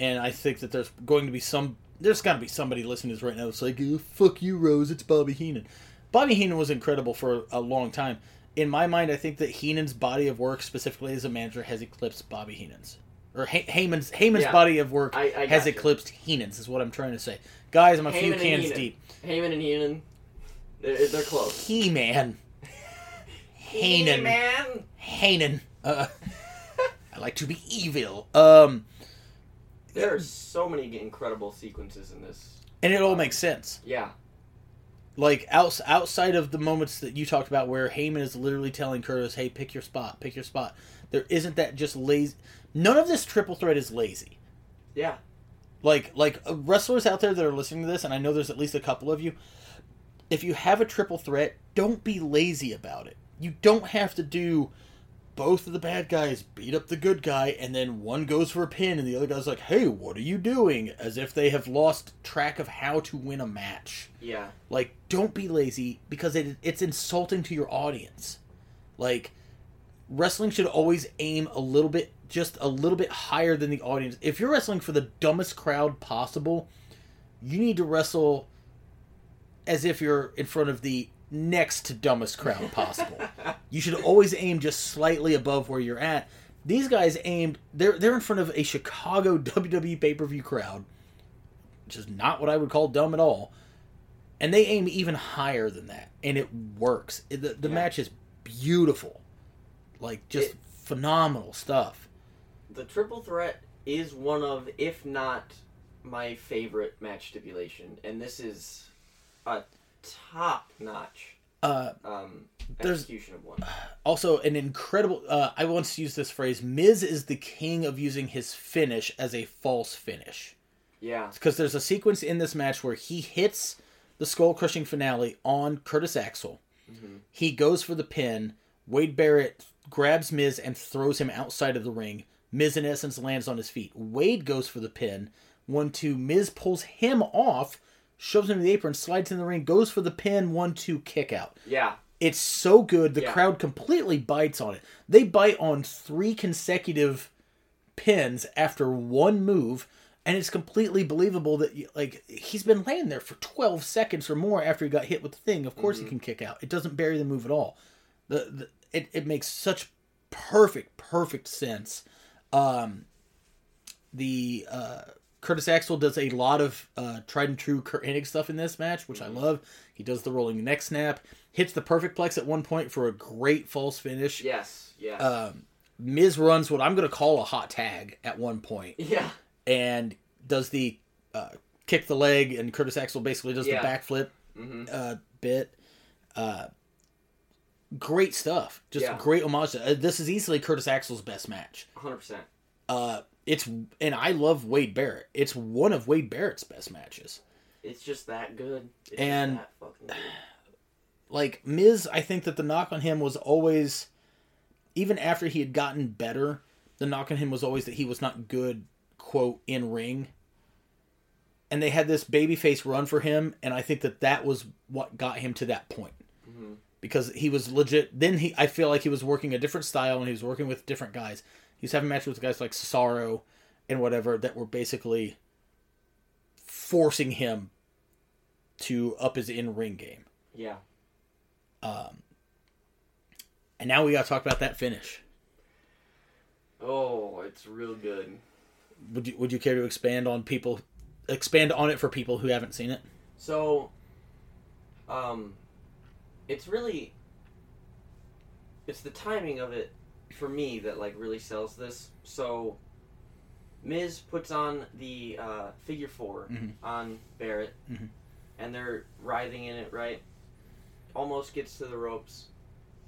Speaker 2: And I think that there's going to be some there's got to be somebody listening to this right now that's like, "Ew, "Fuck you, Rose, it's Bobby Heenan." Bobby Heenan was incredible for a long time. In my mind, I think that Heenan's body of work, specifically as a manager, has eclipsed Bobby Heenan's or Hey Heyman's Heyman's
Speaker 1: Yeah.
Speaker 2: body of work
Speaker 1: I- I
Speaker 2: has
Speaker 1: gotcha.
Speaker 2: eclipsed Heenan's. Is what I'm trying to say, guys. I'm a
Speaker 1: Heyman
Speaker 2: few
Speaker 1: and
Speaker 2: cans
Speaker 1: Heenan.
Speaker 2: deep.
Speaker 1: Heyman and Heenan, they're, they're close.
Speaker 2: He man, Heenan.
Speaker 1: man.
Speaker 2: Heenan. Uh, I like to be evil. Um.
Speaker 1: There are so many incredible sequences in this.
Speaker 2: and it all makes sense.
Speaker 1: Yeah,
Speaker 2: Like outs- outside of the moments that you talked about, where Heyman is literally telling Curtis, "Hey, pick your spot, pick your spot." There isn't that just lazy. None of this triple threat is lazy.
Speaker 1: yeah.
Speaker 2: Like like uh, wrestlers out there that are listening to this, and I know there's at least a couple of you. If you have a triple threat, don't be lazy about it. You don't have to do both of the bad guys beat up the good guy, and then one goes for a pin, and the other guy's like, "Hey, what are you doing?" As if they have lost track of how to win a match.
Speaker 1: Yeah.
Speaker 2: Like, don't be lazy because it, it's insulting to your audience. Like, wrestling should always aim a little bit, just a little bit higher than the audience. If you're wrestling for the dumbest crowd possible, you need to wrestle as if you're in front of the next dumbest crowd possible. you should always aim just slightly above where you're at. These guys aimed they're they're in front of a Chicago WWE pay-per-view crowd, which is not what I would call dumb at all. And they aim even higher than that, and it works. It- the the
Speaker 1: Yeah.
Speaker 2: match is beautiful. Like just
Speaker 1: It-
Speaker 2: phenomenal stuff.
Speaker 1: The triple threat is one of, if not my favorite match stipulation, and this is a top notch
Speaker 2: Uh
Speaker 1: um,
Speaker 2: There's-
Speaker 1: execution of one.
Speaker 2: also an incredible uh, I once used this phrase, Miz is the king of using his finish as a false finish.
Speaker 1: Yeah,
Speaker 2: because there's a sequence in this match where he hits the skull crushing finale on Curtis Axel. He goes for the pin. Wade Barrett grabs Miz and throws him outside of the ring. Miz, in essence, lands on his feet. Wade goes for the pin. One, two. Miz pulls him off, shoves him to the apron, slides in the ring, goes for the pin. One, two, kick out.
Speaker 1: yeah,
Speaker 2: It's so good. The
Speaker 1: Yeah.
Speaker 2: crowd completely bites on it. They bite on three consecutive pins after one move, and it's completely believable that you- like he's been laying there for 12 seconds or more after he got hit with the thing. Of course he can kick out. It doesn't bury the move at all. The, the it, it makes such perfect perfect sense. Um the uh Curtis Axel does a lot of uh, tried and true Kurt Hennig stuff in this match, which I love. He does the rolling neck snap, hits the perfect plex at one point for a great false finish.
Speaker 1: yes, yes,
Speaker 2: Uh, Miz runs what I'm going to call a hot tag at one point,
Speaker 1: yeah.
Speaker 2: and does the uh, kick the leg, and Curtis Axel basically does
Speaker 1: Yeah.
Speaker 2: the backflip
Speaker 1: Mm-hmm.
Speaker 2: uh, bit. Uh, great stuff. Just
Speaker 1: Yeah.
Speaker 2: great homage. To, uh, this is easily Curtis Axel's best match.
Speaker 1: 100%.
Speaker 2: Uh, it's and I love Wade Barrett. It's one of Wade Barrett's best matches.
Speaker 1: It's just that good. It's just
Speaker 2: And-
Speaker 1: that fucking good.
Speaker 2: Like Miz, I think that the knock on him was always, even after he had gotten better, the knock on him was always that he was not good quote in ring. And they had this babyface run for him, and I think that that was what got him to that point. because he was legit. Then he, I feel like he was working a different style and he was working with different guys. He was having matches with guys like Cesaro and whatever that were basically forcing him to up his in ring game.
Speaker 1: Yeah.
Speaker 2: And now we got to talk about that finish.
Speaker 1: Oh, it's real good.
Speaker 2: Would you Would you care to expand on people, expand on it for people who haven't seen it?
Speaker 1: So, um, it's really, it's the timing of it for me that like really sells this. So, Miz puts on the uh, figure 4
Speaker 2: Mhm.
Speaker 1: on Barrett,
Speaker 2: Mhm.
Speaker 1: and they're writhing in it. Right, almost gets to the ropes.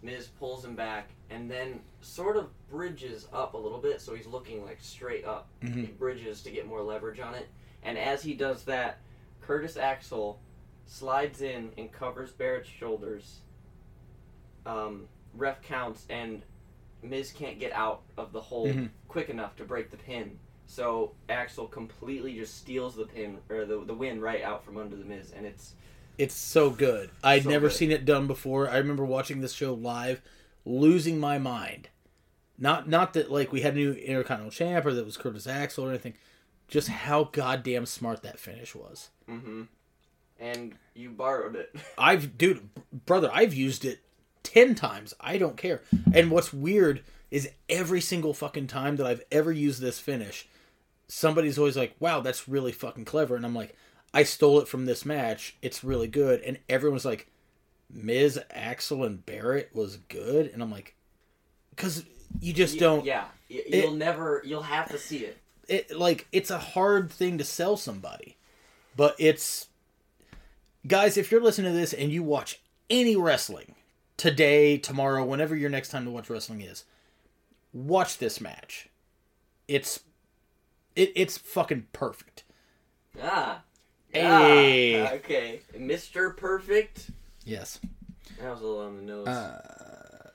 Speaker 1: Miz pulls him back, and then sort of bridges up a little bit, so he's looking like straight up.
Speaker 2: Mhm.
Speaker 1: He bridges to get more leverage on it, and as he does that, Curtis Axel slides in and covers Barrett's shoulders. Um, ref counts, and Miz can't get out of the hole
Speaker 2: Mhm.
Speaker 1: quick enough to break the pin. So Axel completely just steals the pin or the the win right out from under the Miz, and it's
Speaker 2: It's so good. I'd
Speaker 1: So
Speaker 2: never
Speaker 1: good.
Speaker 2: seen it done before. I remember watching this show live, losing my mind. Not not that like we had a new Intercontinental Champ or that was Curtis Axel or anything, just how goddamn smart that finish was.
Speaker 1: mm-hmm. and you borrowed it.
Speaker 2: I've dude, brother, I've used it ten times. I don't care. And what's weird is every single fucking time that I've ever used this finish, somebody's always like, "Wow, that's really fucking clever," and I'm like, "I stole it from this match. It's really good." And everyone's like, "Miz, Axel, and Barrett was good," and I'm like, "Cause you just don't."
Speaker 1: yeah. Y- You'll never. You'll have to see it.
Speaker 2: it like it's a hard thing to sell somebody but it's guys if you're listening to this and you watch any wrestling today tomorrow whenever your next time to watch wrestling is watch this match it's it, it's fucking perfect
Speaker 1: Ah.
Speaker 2: Hey.
Speaker 1: Ah, okay, Mr. Perfect.
Speaker 2: yes
Speaker 1: That was a little on the nose.
Speaker 2: Uh,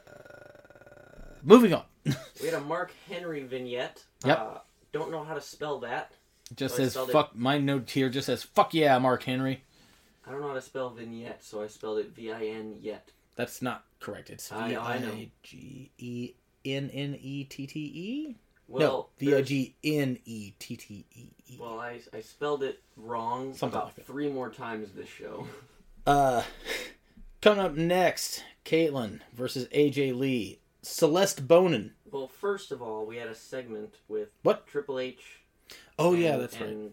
Speaker 2: moving on
Speaker 1: We had a Mark Henry vignette.
Speaker 2: Yep.
Speaker 1: Uh, don't know how to spell that.
Speaker 2: just
Speaker 1: So I
Speaker 2: says
Speaker 1: spelled it-
Speaker 2: fuck my note here just says fuck yeah mark henry
Speaker 1: I don't know how to spell vignette, so I spelled it V-I-N yet.
Speaker 2: that's not correct it's
Speaker 1: I- I know.
Speaker 2: E v-i-g-e-n-n-e-t-t-e
Speaker 1: Well,
Speaker 2: no, V I
Speaker 1: there's-
Speaker 2: G N E T T E E.
Speaker 1: Well, I, I spelled it wrong
Speaker 2: Something
Speaker 1: about
Speaker 2: like that.
Speaker 1: three more times this show.
Speaker 2: Uh, coming up next, Caitlyn versus AJ Lee. Celeste Bonin.
Speaker 1: Well, first of all, we had a segment with
Speaker 2: What?
Speaker 1: Triple H.
Speaker 2: Oh
Speaker 1: and-
Speaker 2: yeah, that's right.
Speaker 1: and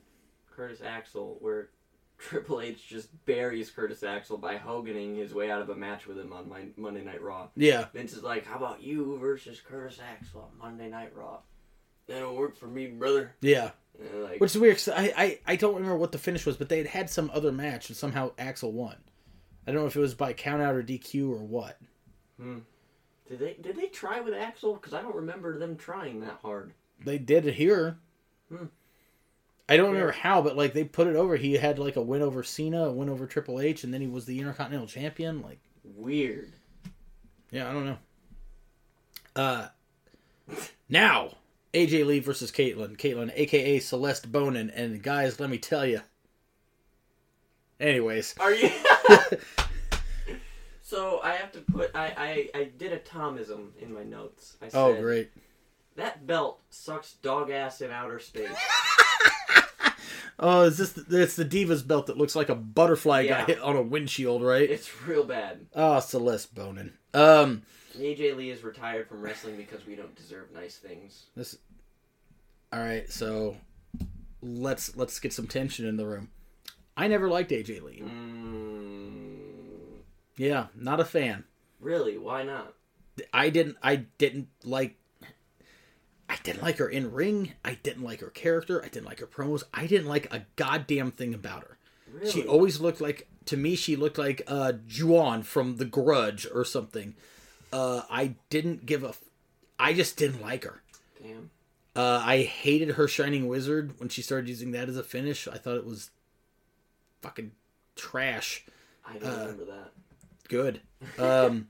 Speaker 1: Curtis Axel, where Triple H just buries Curtis Axel by hoganing his way out of a match with him on my Monday Night Raw.
Speaker 2: Yeah,
Speaker 1: Vince is like, "How about you versus Curtis Axel on Monday Night Raw?" That'll work for me, brother.
Speaker 2: yeah.
Speaker 1: And they're like,
Speaker 2: Which is weird. 'cause I, I I don't remember what the finish was, but they had had some other match and somehow Axel won. I don't know if it was by count out or DQ or what.
Speaker 1: Did they did they try with Axel? Because I don't remember them trying that hard.
Speaker 2: They did it here.
Speaker 1: Hmm.
Speaker 2: I don't remember how, but like they put it over. He had like a win over Cena, a win over Triple H, and then he was the Intercontinental Champion. Like.
Speaker 1: Weird.
Speaker 2: Yeah, I don't know. Uh, now AJ Lee versus Caitlyn, Caitlyn, aka Celeste Bonin, and guys, let me tell you. Anyways,
Speaker 1: Are you? so I have to put I, I I did a Tomism in my notes. I said,
Speaker 2: oh great,
Speaker 1: That belt sucks dog ass in outer space.
Speaker 2: oh is this the, it's the Divas belt that looks like a butterfly
Speaker 1: Yeah.
Speaker 2: got hit on a windshield, right?
Speaker 1: It's real bad.
Speaker 2: Ah, Celeste Bonin. Um,
Speaker 1: AJ Lee is retired from wrestling because we don't deserve nice things.
Speaker 2: this. All right, so let's let's get some tension in the room. I never liked AJ Lee.
Speaker 1: Mm,
Speaker 2: Yeah, not a fan.
Speaker 1: really? Why not?
Speaker 2: I didn't I didn't like I didn't like her in ring. I didn't like her character. I didn't like her promos. I didn't like a goddamn thing about her.
Speaker 1: Really?
Speaker 2: She always looked like to me she looked like uh Juan from The Grudge or something. Uh I didn't give a f- I just didn't like her.
Speaker 1: Damn.
Speaker 2: Uh I hated her shining wizard when she started using that as a finish. I thought it was fucking trash
Speaker 1: I don't
Speaker 2: Uh,
Speaker 1: remember that.
Speaker 2: good. Um,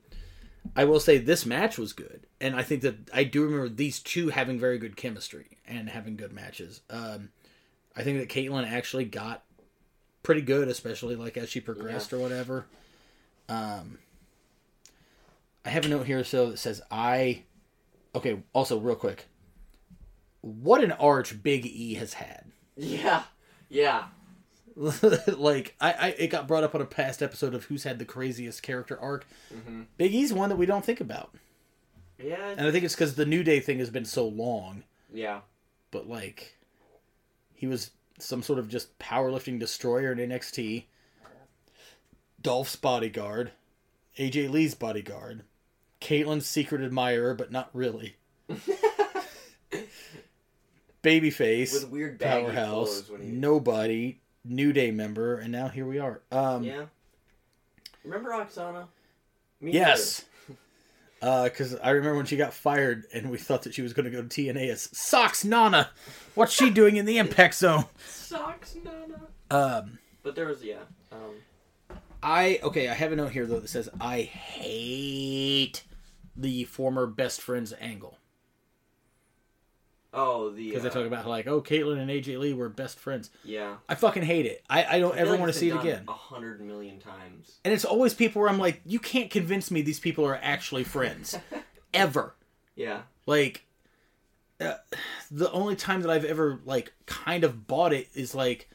Speaker 2: I will say this match was good, and I think that I do remember these two having very good chemistry and having good matches. Um, I think that Caitlyn actually got pretty good, especially like as she progressed or whatever. Um, I have a note here so that says I. Okay. Also, real quick, what an arch Big E has had.
Speaker 1: Yeah. Yeah.
Speaker 2: like I, I it got brought up on a past episode of who's had the craziest character arc
Speaker 1: Mm-hmm.
Speaker 2: big e's one that we don't think about
Speaker 1: Yeah.
Speaker 2: and i think it's because the new day thing has been so long
Speaker 1: Yeah.
Speaker 2: but like he was some sort of just powerlifting destroyer in nxt dolph's bodyguard aj lee's bodyguard Caitlyn's secret admirer but not really babyface
Speaker 1: With weird baggy
Speaker 2: powerhouse,
Speaker 1: clothes when he.
Speaker 2: nobody, New Day member, and now here we are. Um,
Speaker 1: Yeah. Remember Oksana? Me
Speaker 2: Yes. Because I remember when she got fired, and we thought that she was going to go to TNA as Socks Nana. What's she doing in the Impact Zone?
Speaker 1: too. Socks, Nana.
Speaker 2: Um,
Speaker 1: But there was yeah. Um,
Speaker 2: I okay. I have a note here though that says I hate the former best friends angle
Speaker 1: oh the.
Speaker 2: because
Speaker 1: uh,
Speaker 2: they talk about like oh Caitlyn and AJ Lee were best friends.
Speaker 1: yeah.
Speaker 2: I fucking hate it. I, I don't
Speaker 1: I feel
Speaker 2: ever
Speaker 1: like
Speaker 2: want to
Speaker 1: it's
Speaker 2: see
Speaker 1: been
Speaker 2: it
Speaker 1: done
Speaker 2: again.
Speaker 1: A hundred million times.
Speaker 2: And it's always people where I'm like, you can't convince me these people are actually friends, ever.
Speaker 1: Yeah.
Speaker 2: like uh, the only time that I've ever like kind of bought it is like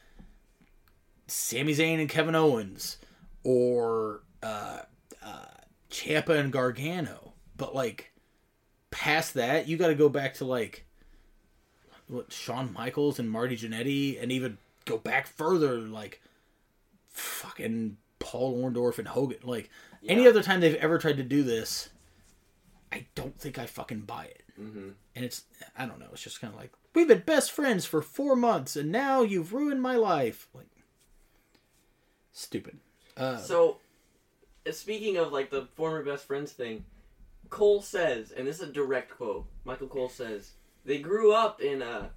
Speaker 2: Sami Zayn and Kevin Owens or uh, uh, Champa and Gargano, but like past that, you got to go back to like what Shawn Michaels and Marty Jannetty, and even go back further like fucking Paul Orndorff and Hogan. Like any
Speaker 1: Yeah.
Speaker 2: other time they've ever tried to do this, I don't think I fucking buy it.
Speaker 1: Mm-hmm.
Speaker 2: And it's I don't know. It's just kind of like we've been best friends for four months, and now you've ruined my life. Like stupid. Uh,
Speaker 1: So, uh, speaking of like the former best friends thing, Cole says, and this is a direct quote. Michael Cole says they grew up in uh,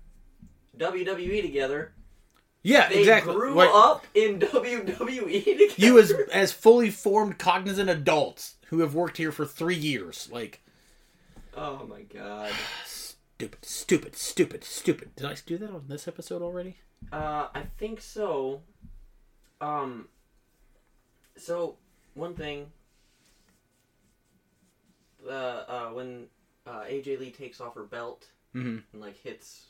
Speaker 1: WWE together.
Speaker 2: yeah,
Speaker 1: They
Speaker 2: exactly.
Speaker 1: grew
Speaker 2: Like,
Speaker 1: up in WWE together.
Speaker 2: You as as fully formed, cognizant adults who have worked here for three years. Like
Speaker 1: Oh my god.
Speaker 2: stupid, stupid, stupid, stupid. Did I do that on this episode already?
Speaker 1: Uh, I think so. Um. So one thing. Uh, uh, when uh, AJ Lee takes off her belt
Speaker 2: Mhm.
Speaker 1: and like hits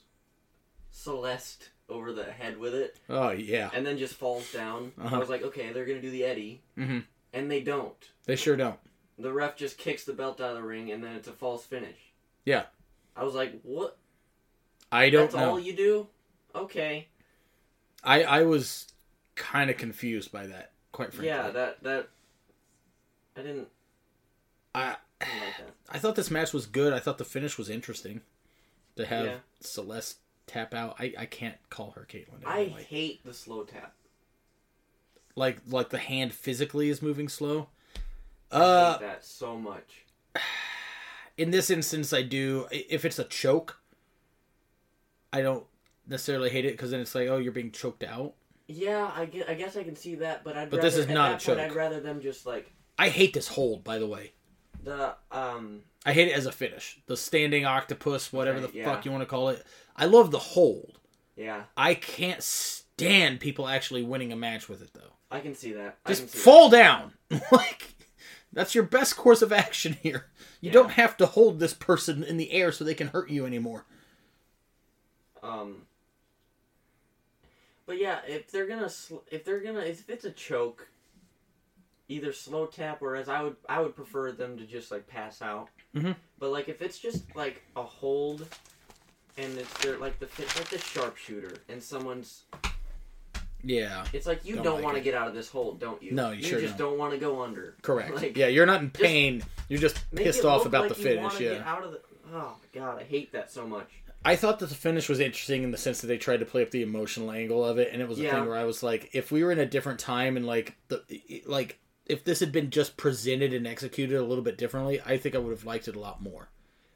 Speaker 1: Celeste over the head with it,
Speaker 2: Oh yeah,
Speaker 1: and then just falls down, I
Speaker 2: Uh-huh.
Speaker 1: was like, okay, they're gonna do the Eddie,
Speaker 2: Mhm.
Speaker 1: and they don't.
Speaker 2: they sure don't.
Speaker 1: The ref just kicks the belt out of the ring, and then it's a false finish.
Speaker 2: Yeah.
Speaker 1: I was like, what?
Speaker 2: I don't
Speaker 1: That's
Speaker 2: know.
Speaker 1: all you do? Okay.
Speaker 2: I I was kind of confused by that. Quite frankly,
Speaker 1: Yeah, that that. I didn't
Speaker 2: I
Speaker 1: I didn't like that.
Speaker 2: I thought this match was good. I thought the finish was interesting. To have
Speaker 1: Yeah.
Speaker 2: Celeste tap out, I, I can't call her Caitlyn.
Speaker 1: I
Speaker 2: anyway.
Speaker 1: hate the slow tap.
Speaker 2: like like the hand physically is moving slow.
Speaker 1: I
Speaker 2: Uh,
Speaker 1: hate that so much.
Speaker 2: in this instance, I do. I- If it's a choke, I don't necessarily hate it because then it's like, oh, you're being choked out.
Speaker 1: Yeah, I guess, I guess I can see that, but I'd
Speaker 2: But
Speaker 1: rather,
Speaker 2: this is
Speaker 1: at
Speaker 2: not
Speaker 1: that
Speaker 2: a
Speaker 1: point,
Speaker 2: choke.
Speaker 1: I'd rather them just like
Speaker 2: I hate this hold, by the way.
Speaker 1: the um
Speaker 2: I hate it as a finish. The standing octopus, whatever
Speaker 1: Right,
Speaker 2: the
Speaker 1: yeah.
Speaker 2: fuck you want to call it. I love the hold.
Speaker 1: yeah,
Speaker 2: I can't stand people actually winning a match with it though.
Speaker 1: I can see that. I
Speaker 2: just
Speaker 1: can see
Speaker 2: fall down like that's your best course of action here you
Speaker 1: Yeah.
Speaker 2: don't have to hold this person in the air so they can hurt you anymore
Speaker 1: that. Um. But yeah, if they're gonna sl- if they're gonna if it's a choke, either slow tap or as I would I would prefer them to just like pass out.
Speaker 2: Mhm.
Speaker 1: But like if it's just like a hold, and it's they're like the it's like the sharpshooter and someone's
Speaker 2: yeah
Speaker 1: It's like you
Speaker 2: Don't
Speaker 1: don't,
Speaker 2: like
Speaker 1: want to
Speaker 2: it.
Speaker 1: get out of this hole, don't you?
Speaker 2: No, you sure
Speaker 1: just don't, want to go under.
Speaker 2: correct
Speaker 1: Like,
Speaker 2: yeah you're not in pain you're just
Speaker 1: make
Speaker 2: pissed
Speaker 1: it
Speaker 2: off
Speaker 1: look
Speaker 2: about
Speaker 1: like
Speaker 2: the
Speaker 1: you
Speaker 2: finish
Speaker 1: wanna
Speaker 2: yeah
Speaker 1: Get out of the, Oh my god, I hate that so much.
Speaker 2: I thought that the finish was interesting in the sense that they tried to play up the emotional angle of it, and it was a
Speaker 1: Yeah.
Speaker 2: thing where I was like, if we were in a different time and like the like if this had been just presented and executed a little bit differently, I think I would have liked it a lot more.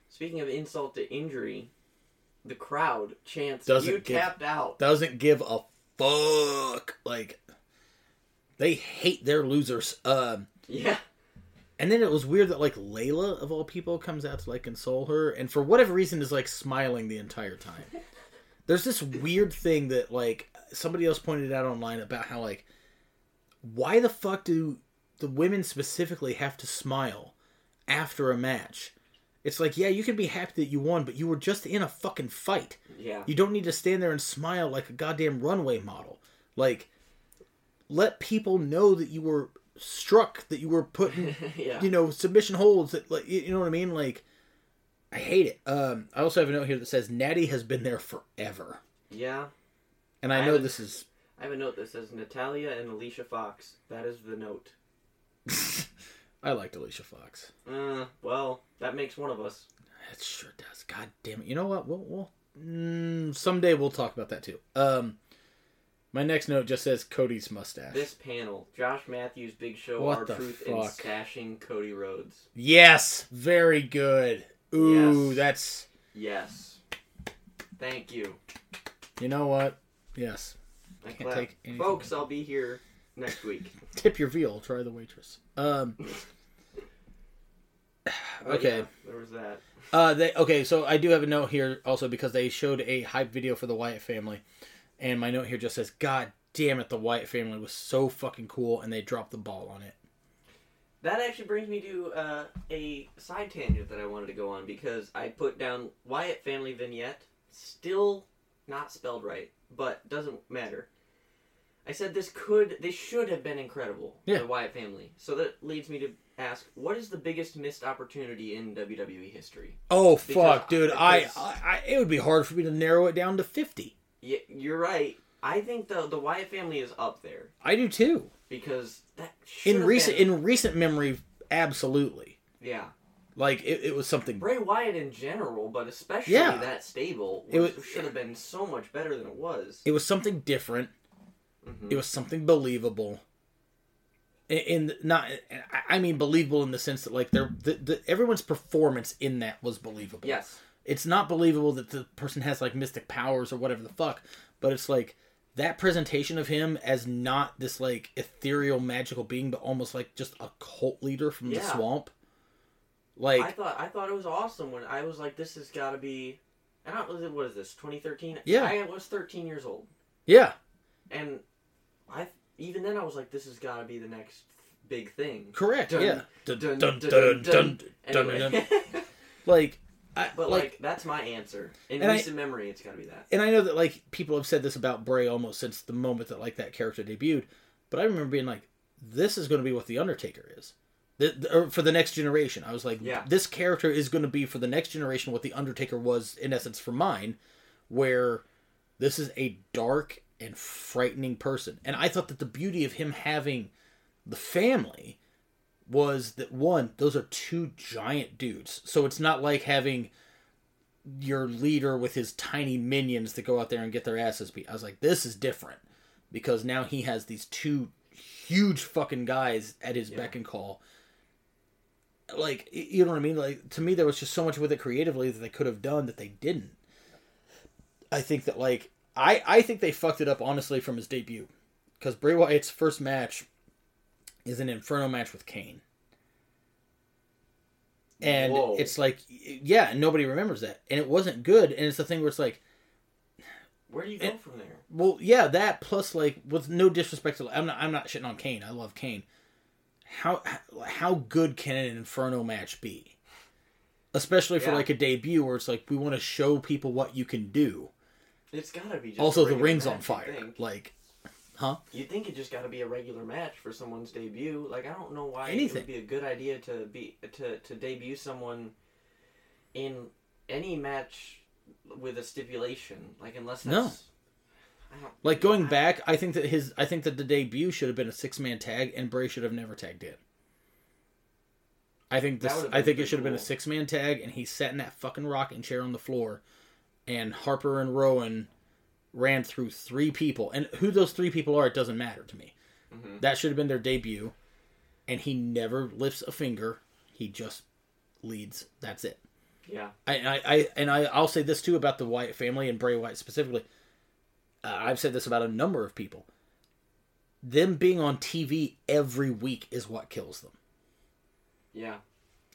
Speaker 1: Speaking of insult to injury, the crowd chants,
Speaker 2: Doesn't
Speaker 1: "You
Speaker 2: give-
Speaker 1: tapped out."
Speaker 2: Doesn't give a fuck. Like they hate their losers. Um,
Speaker 1: Yeah,
Speaker 2: and then it was weird that like Layla of all people comes out to like console her, and for whatever reason is like smiling the entire time. There's this weird thing that like somebody else pointed out online about how like why the fuck do the women specifically have to smile after a match? It's like yeah, you can be happy that you won, but you were just in a fucking fight.
Speaker 1: yeah.
Speaker 2: You don't need to stand there and smile like a goddamn runway model. Like, let people know that you were struck, that you were put in,
Speaker 1: Yeah.
Speaker 2: you know, submission holds. That, like, you you know what I mean? Like, I hate it. Um, I also have a note here that says Natty has been there forever,
Speaker 1: yeah.
Speaker 2: and I
Speaker 1: I
Speaker 2: know
Speaker 1: haven't-
Speaker 2: this is.
Speaker 1: I have a note that says Natalia and Alicia Fox. That is the note.
Speaker 2: I liked Alicia Fox.
Speaker 1: Uh, well, that makes one of us.
Speaker 2: That sure does. God damn it. You know what? We'll, we'll mm, someday we'll talk about that too. Um, my next note just says Cody's mustache.
Speaker 1: This panel, Josh Matthews, Big Show,
Speaker 2: What
Speaker 1: Our
Speaker 2: the
Speaker 1: Truth, and
Speaker 2: fuck?
Speaker 1: stashing Cody Rhodes.
Speaker 2: Yes, very good. Ooh,
Speaker 1: Yes.
Speaker 2: that's
Speaker 1: Yes. Thank you.
Speaker 2: you know what? Yes.
Speaker 1: I
Speaker 2: Can't
Speaker 1: clap.
Speaker 2: take anything.
Speaker 1: Folks, I'll be here next week.
Speaker 2: Tip your veal, try the waitress. Um
Speaker 1: But
Speaker 2: Okay.
Speaker 1: yeah, there was that.
Speaker 2: uh they okay, so I do have a note here also because they showed a hype video for the Wyatt family. And my note here just says, God damn it, the Wyatt family was so fucking cool and they dropped the ball on it.
Speaker 1: That actually brings me to uh, a side tangent that I wanted to go on because I put down Wyatt family vignette, still not spelled right, but doesn't matter. I said this could, they should have been incredible.
Speaker 2: Yeah.
Speaker 1: The Wyatt family. So that leads me to ask, what is the biggest missed opportunity in WWE history?
Speaker 2: Oh fuck,
Speaker 1: Because-
Speaker 2: dude. I,
Speaker 1: because-
Speaker 2: I, I it would be hard for me to narrow it down to fifty.
Speaker 1: Yeah, you're right. I think the the Wyatt family is up there
Speaker 2: I do too.
Speaker 1: because that should
Speaker 2: In
Speaker 1: have
Speaker 2: recent
Speaker 1: been-
Speaker 2: in recent memory, absolutely.
Speaker 1: yeah
Speaker 2: Like it, it was something
Speaker 1: Bray Wyatt in general, but especially
Speaker 2: Yeah.
Speaker 1: that stable,
Speaker 2: It
Speaker 1: which
Speaker 2: was-
Speaker 1: should have been so much better than it was.
Speaker 2: it was something different
Speaker 1: Mm-hmm.
Speaker 2: it was something believable in, in not I- i mean believable in the sense that like there the, the, everyone's performance in that was believable
Speaker 1: yes,
Speaker 2: it's not believable that the person has like mystic powers or whatever the fuck but it's like that presentation of him as not this like ethereal magical being but almost like just a cult leader from the
Speaker 1: Yeah.
Speaker 2: swamp like
Speaker 1: I thought I thought it was awesome when I was like, "This has got to be." I don't was it- what is this 2013?
Speaker 2: Yeah.
Speaker 1: I was 13 years old,
Speaker 2: yeah
Speaker 1: and I even then I was like, "This has got to be the next big thing."
Speaker 2: correct
Speaker 1: Dun,
Speaker 2: yeah
Speaker 1: dun,
Speaker 2: Dun,
Speaker 1: dun,
Speaker 2: dun,
Speaker 1: dun.
Speaker 2: dun, dun,
Speaker 1: Anyway.
Speaker 2: like I,
Speaker 1: but like, that's my answer in
Speaker 2: And I-
Speaker 1: recent memory. It's got to be that.
Speaker 2: and I know that like people have said this about Bray almost since the moment that like that character debuted, but I remember being like, this is going to be what the Undertaker is. Th th- or for the next generation, I was like,
Speaker 1: Yeah.
Speaker 2: this character is going to be for the next generation what the Undertaker was in essence for mine, where this is a dark and frightening person. And I thought that the beauty of him having the family was that one, those are two giant dudes. So it's not like having your leader with his tiny minions that go out there and get their asses beat. I was like, this is different because now he has these two huge fucking guys at his beck and call. Like, y- you know what I mean? Like, to me, there was just so much with it creatively that they could have done that they didn't. I think that, like, I, I think they fucked it up, honestly, from his debut. Because Bray Wyatt's first match is an Inferno match with Kane. And
Speaker 1: Whoa.
Speaker 2: it's like, y- yeah, and nobody remembers that. And it wasn't good. And it's the thing where it's like,
Speaker 1: Where do you go from there?
Speaker 2: well, yeah, that plus like with no disrespect to I'm not I'm not shitting on Kane. I love Kane. How how good can an Inferno match be? Especially for
Speaker 1: Yeah.
Speaker 2: like a debut where it's like we want to show people what you can do.
Speaker 1: It's got to be. Just
Speaker 2: also
Speaker 1: a
Speaker 2: the
Speaker 1: regular
Speaker 2: ring's on
Speaker 1: match,
Speaker 2: fire.
Speaker 1: you think.
Speaker 2: Like
Speaker 1: You'd think it just got to be a regular match for someone's debut. Like I don't know why it
Speaker 2: Anything.
Speaker 1: would be a good idea to be to to debut someone in any match with a stipulation. Like unless
Speaker 2: No.
Speaker 1: that's, I don't
Speaker 2: like going
Speaker 1: I-
Speaker 2: back, I think that his I think that the debut should have been a six man tag and Bray should have never tagged in. I think
Speaker 1: That
Speaker 2: this.
Speaker 1: would've
Speaker 2: I
Speaker 1: been
Speaker 2: think it
Speaker 1: pretty
Speaker 2: should have been a
Speaker 1: cool.
Speaker 2: six man tag, and he sat in that fucking rocking chair on the floor, and Harper and Rowan ran through three people, and who those three people are, it doesn't matter to me.
Speaker 1: Mm-hmm.
Speaker 2: That should have been their debut, and he never lifts a finger. He just leads. That's it.
Speaker 1: Yeah.
Speaker 2: I, I, I and I, I'll say this too about the Wyatt family and Bray Wyatt specifically. Uh, I've said this about a number of people. Them being on TV every week is what kills them,
Speaker 1: Yeah.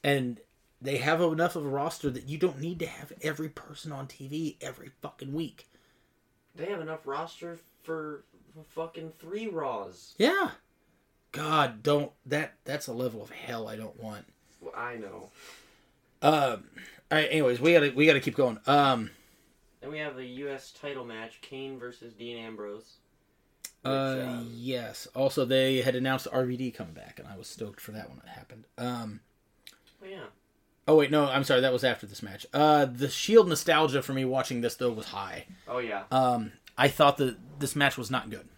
Speaker 2: and they have enough of a roster that you don't need to have every person on TV every fucking week.
Speaker 1: They have enough roster for fucking three Raws.
Speaker 2: Yeah, God, don't that that's a level of hell I don't want.
Speaker 1: Well, I know.
Speaker 2: Um, all right, anyways, we gotta we gotta keep going. Um,
Speaker 1: Then we have the U.S. title match: Kane versus Dean Ambrose. Which,
Speaker 2: Uh,
Speaker 1: um,
Speaker 2: yes. Also, they had announced RVD coming back, and I was stoked for that when it happened. Um,
Speaker 1: oh, yeah.
Speaker 2: oh wait, no, I'm sorry, that was after this match. Uh, the Shield nostalgia for me watching this though was high.
Speaker 1: Oh yeah.
Speaker 2: Um, I thought that this match was not good.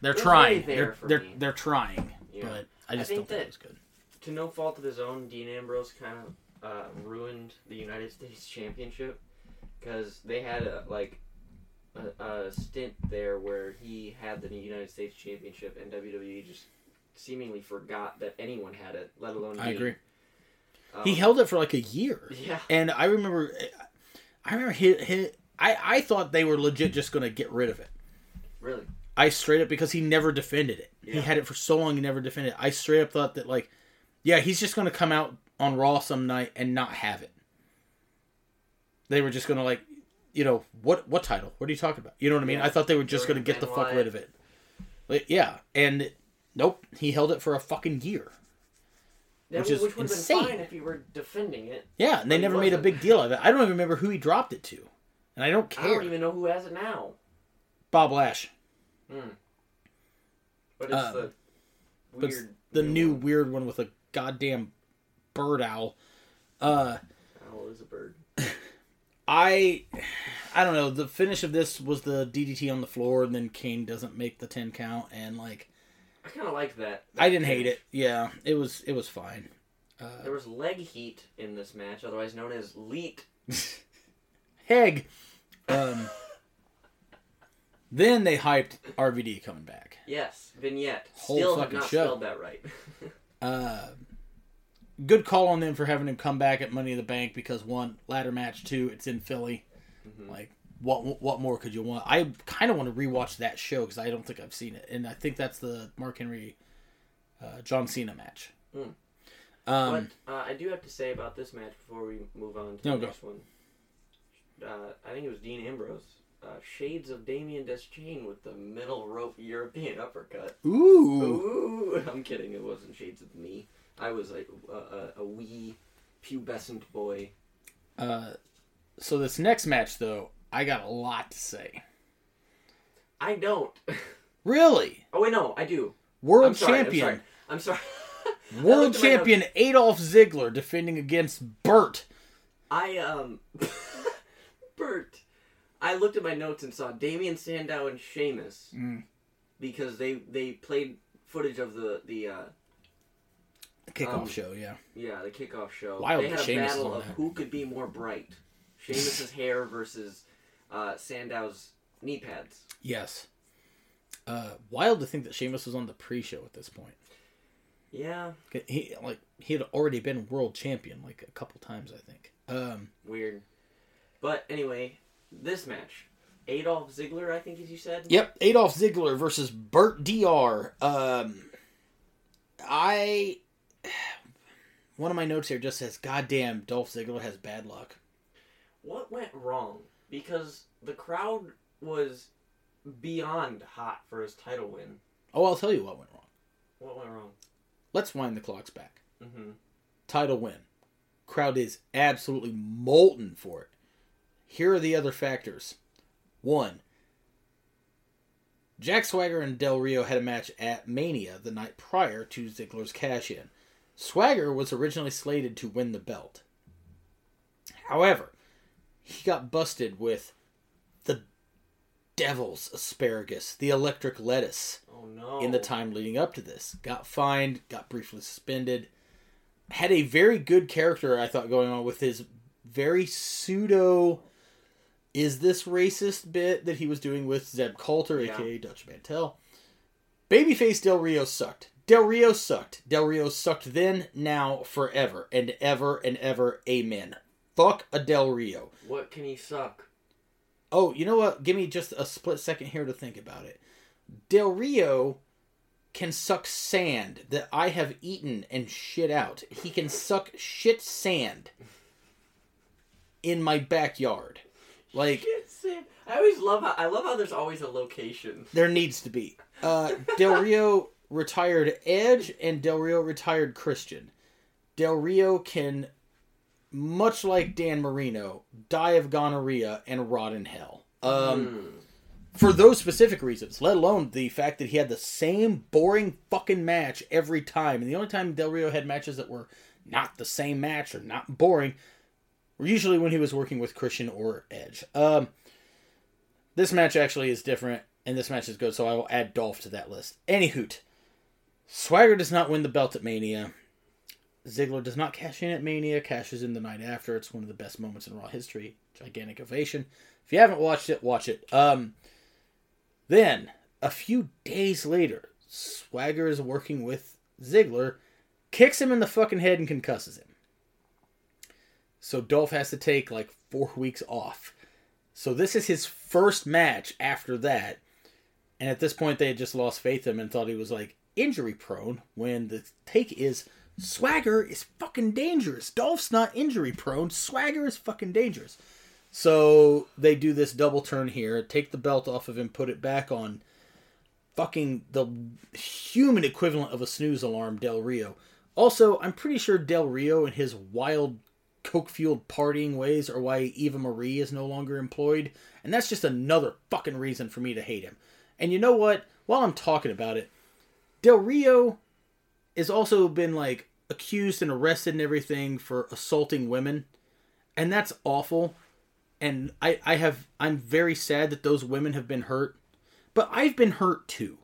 Speaker 2: They're
Speaker 1: It was
Speaker 2: trying.
Speaker 1: right there
Speaker 2: They're
Speaker 1: for
Speaker 2: they're,
Speaker 1: me.
Speaker 2: they're trying,
Speaker 1: Yeah.
Speaker 2: but I
Speaker 1: I
Speaker 2: just
Speaker 1: think
Speaker 2: don't think
Speaker 1: that-
Speaker 2: it was good.
Speaker 1: to no fault of his own, Dean Ambrose kind of uh, ruined the United States Championship because they had a like a, a stint there where he had the United States Championship and WWE just seemingly forgot that anyone had it, let alone
Speaker 2: I
Speaker 1: Dean.
Speaker 2: agree.
Speaker 1: Um,
Speaker 2: He held it for like a year.
Speaker 1: Yeah.
Speaker 2: And I remember, I remember he, he, I I thought they were legit just gonna get rid of it.
Speaker 1: Really.
Speaker 2: I straight up because he never defended it. He
Speaker 1: Yeah.
Speaker 2: had it for so long he never defended it. I straight up thought that like yeah, he's just gonna come out on Raw some night and not have it. They were just gonna like you know, what what title? What are you talking about? You know what I mean?
Speaker 1: Yeah.
Speaker 2: I thought they were just
Speaker 1: Jordan
Speaker 2: gonna get the fuck
Speaker 1: Benoit.
Speaker 2: rid of it. Like, yeah. And nope, he held it for a fucking year.
Speaker 1: Yeah,
Speaker 2: Which
Speaker 1: well,
Speaker 2: is
Speaker 1: which would have
Speaker 2: insane.
Speaker 1: been fine if you were defending it.
Speaker 2: Yeah, and they
Speaker 1: But he
Speaker 2: never made a
Speaker 1: wasn't.
Speaker 2: big deal of it. I don't even remember who he dropped it to. And I don't care.
Speaker 1: I don't even know who has it now.
Speaker 2: Bob Lash.
Speaker 1: But it's
Speaker 2: Uh,
Speaker 1: the
Speaker 2: but
Speaker 1: weird
Speaker 2: it's the new
Speaker 1: one.
Speaker 2: weird one with a goddamn bird owl. Uh
Speaker 1: owl is a bird.
Speaker 2: I I don't know. The finish of this was the DDT on the floor, and then Kane doesn't make the ten count, and like
Speaker 1: I kind of liked that.
Speaker 2: I didn't hate it. Yeah, it was it was fine.
Speaker 1: There was leg heat in this match, otherwise known as leet.
Speaker 2: Heg. Um, then they hyped RVD coming back.
Speaker 1: Yes, vignette.
Speaker 2: Whole
Speaker 1: Still have
Speaker 2: fucking
Speaker 1: not
Speaker 2: show.
Speaker 1: spelled that right.
Speaker 2: Uh, good call on them for having him come back at Money in the Bank because one ladder match, two it's in Philly. Like what what more could you want? I kind of want to rewatch that show because I don't think I've seen it, and I think that's the Mark Henry, uh, John Cena match.
Speaker 1: Mm.
Speaker 2: Um,
Speaker 1: but uh, I do have to say about this match before we move on to
Speaker 2: No,
Speaker 1: the
Speaker 2: go.
Speaker 1: next one. Uh, I think it was Dean Ambrose. Uh, shades of Damien Deschain with the middle rope European uppercut.
Speaker 2: Ooh.
Speaker 1: Ooh, I'm kidding. It wasn't shades of me. I was a a, a, a wee pubescent boy.
Speaker 2: Uh, so this next match, though, I got a lot to say.
Speaker 1: I don't.
Speaker 2: Really,
Speaker 1: Oh wait, no, I do.
Speaker 2: world
Speaker 1: I'm sorry,
Speaker 2: champion,
Speaker 1: I'm sorry. I'm sorry. I looked
Speaker 2: world
Speaker 1: at my notes.
Speaker 2: champion Adolf Ziggler defending against Burt.
Speaker 1: I um Bert. I looked at my notes and saw Damian Sandow and Sheamus
Speaker 2: Mm.
Speaker 1: because they they played footage of the the uh,
Speaker 2: Kickoff
Speaker 1: Um,
Speaker 2: show, yeah.
Speaker 1: yeah the kickoff show.
Speaker 2: Wild
Speaker 1: they had a
Speaker 2: Sheamus is
Speaker 1: battle
Speaker 2: on
Speaker 1: of
Speaker 2: that.
Speaker 1: who could be more bright. Sheamus's hair versus uh, Sandow's knee pads.
Speaker 2: Yes. Uh, wild to think that Sheamus was on the pre-show at this point.
Speaker 1: Yeah,
Speaker 2: 'Cause He like he had already been world champion like a couple times, I think. Um,
Speaker 1: weird. But anyway, this match, Adolf Ziggler, I think as you said.
Speaker 2: Yep, Adolf Ziggler versus Burt Dr. Um, I one of my notes here just says, "Goddamn, Dolph Ziggler has bad luck."
Speaker 1: What went wrong? Because the crowd was beyond hot for his title win.
Speaker 2: Oh, I'll tell you what went wrong.
Speaker 1: What went wrong?
Speaker 2: Let's wind the clocks back.
Speaker 1: Mm-hmm.
Speaker 2: Title win. Crowd is absolutely molten for it. Here are the other factors. One. Jack Swagger and Del Rio had a match at Mania the night prior to Ziggler's cash in. Swagger was originally slated to win the belt. However, he got busted with the devil's asparagus, the electric lettuce,
Speaker 1: Oh no!
Speaker 2: in the time leading up to this. Got fined, got briefly suspended. had a very good character I thought going on with his very pseudo is this racist bit that he was doing with Zeb Coulter,
Speaker 1: Yeah.
Speaker 2: aka Dutch Mantel. Babyface Del Rio sucked. Del Rio sucked. Del Rio sucked then, now, forever, and ever and ever. Amen. Fuck a Del Rio.
Speaker 1: What can he suck?
Speaker 2: Oh, you know what? Give me just a split second here to think about it. Del Rio can suck sand that I have eaten and shit out. He can suck shit sand in my backyard. Like
Speaker 1: Shit, Sam. I always love how I love how there's always a location.
Speaker 2: there needs to be. Uh, Del Rio retired Edge, and Del Rio retired Christian. Del Rio can, much like Dan Marino, die of gonorrhea and rot in hell. Um, for those specific reasons, let alone the fact that he had the same boring fucking match every time. And the only time Del Rio had matches that were not the same match or not boring were usually when he was working with Christian or Edge. Um, this match actually is different, and this match is good, so I will add Dolph to that list. Any hoot. Swagger does not win the belt at Mania. Ziggler does not cash in at Mania, cashes in the night after. It's one of the best moments in Raw history. Gigantic ovation. If you haven't watched it, watch it. Um, then, a few days later, Swagger is working with Ziggler, kicks him in the fucking head, and concusses him. So Dolph has to take like four weeks off. So this is his first match after that. And at this point, they had just lost faith in him and thought he was like injury prone when the take is Swagger is fucking dangerous. Dolph's not injury prone. Swagger is fucking dangerous. So they do this double turn here, take the belt off of him, put it back on fucking the human equivalent of a snooze alarm, Del Rio. Also, I'm pretty sure Del Rio and his wild coke fueled partying ways are why Eva Marie is no longer employed, and that's just another fucking reason for me to hate him. And you know what? While I'm talking about it, Del Rio has also been like accused and arrested and everything for assaulting women, and that's awful. And I, I have I'm very sad that those women have been hurt, but I've been hurt too.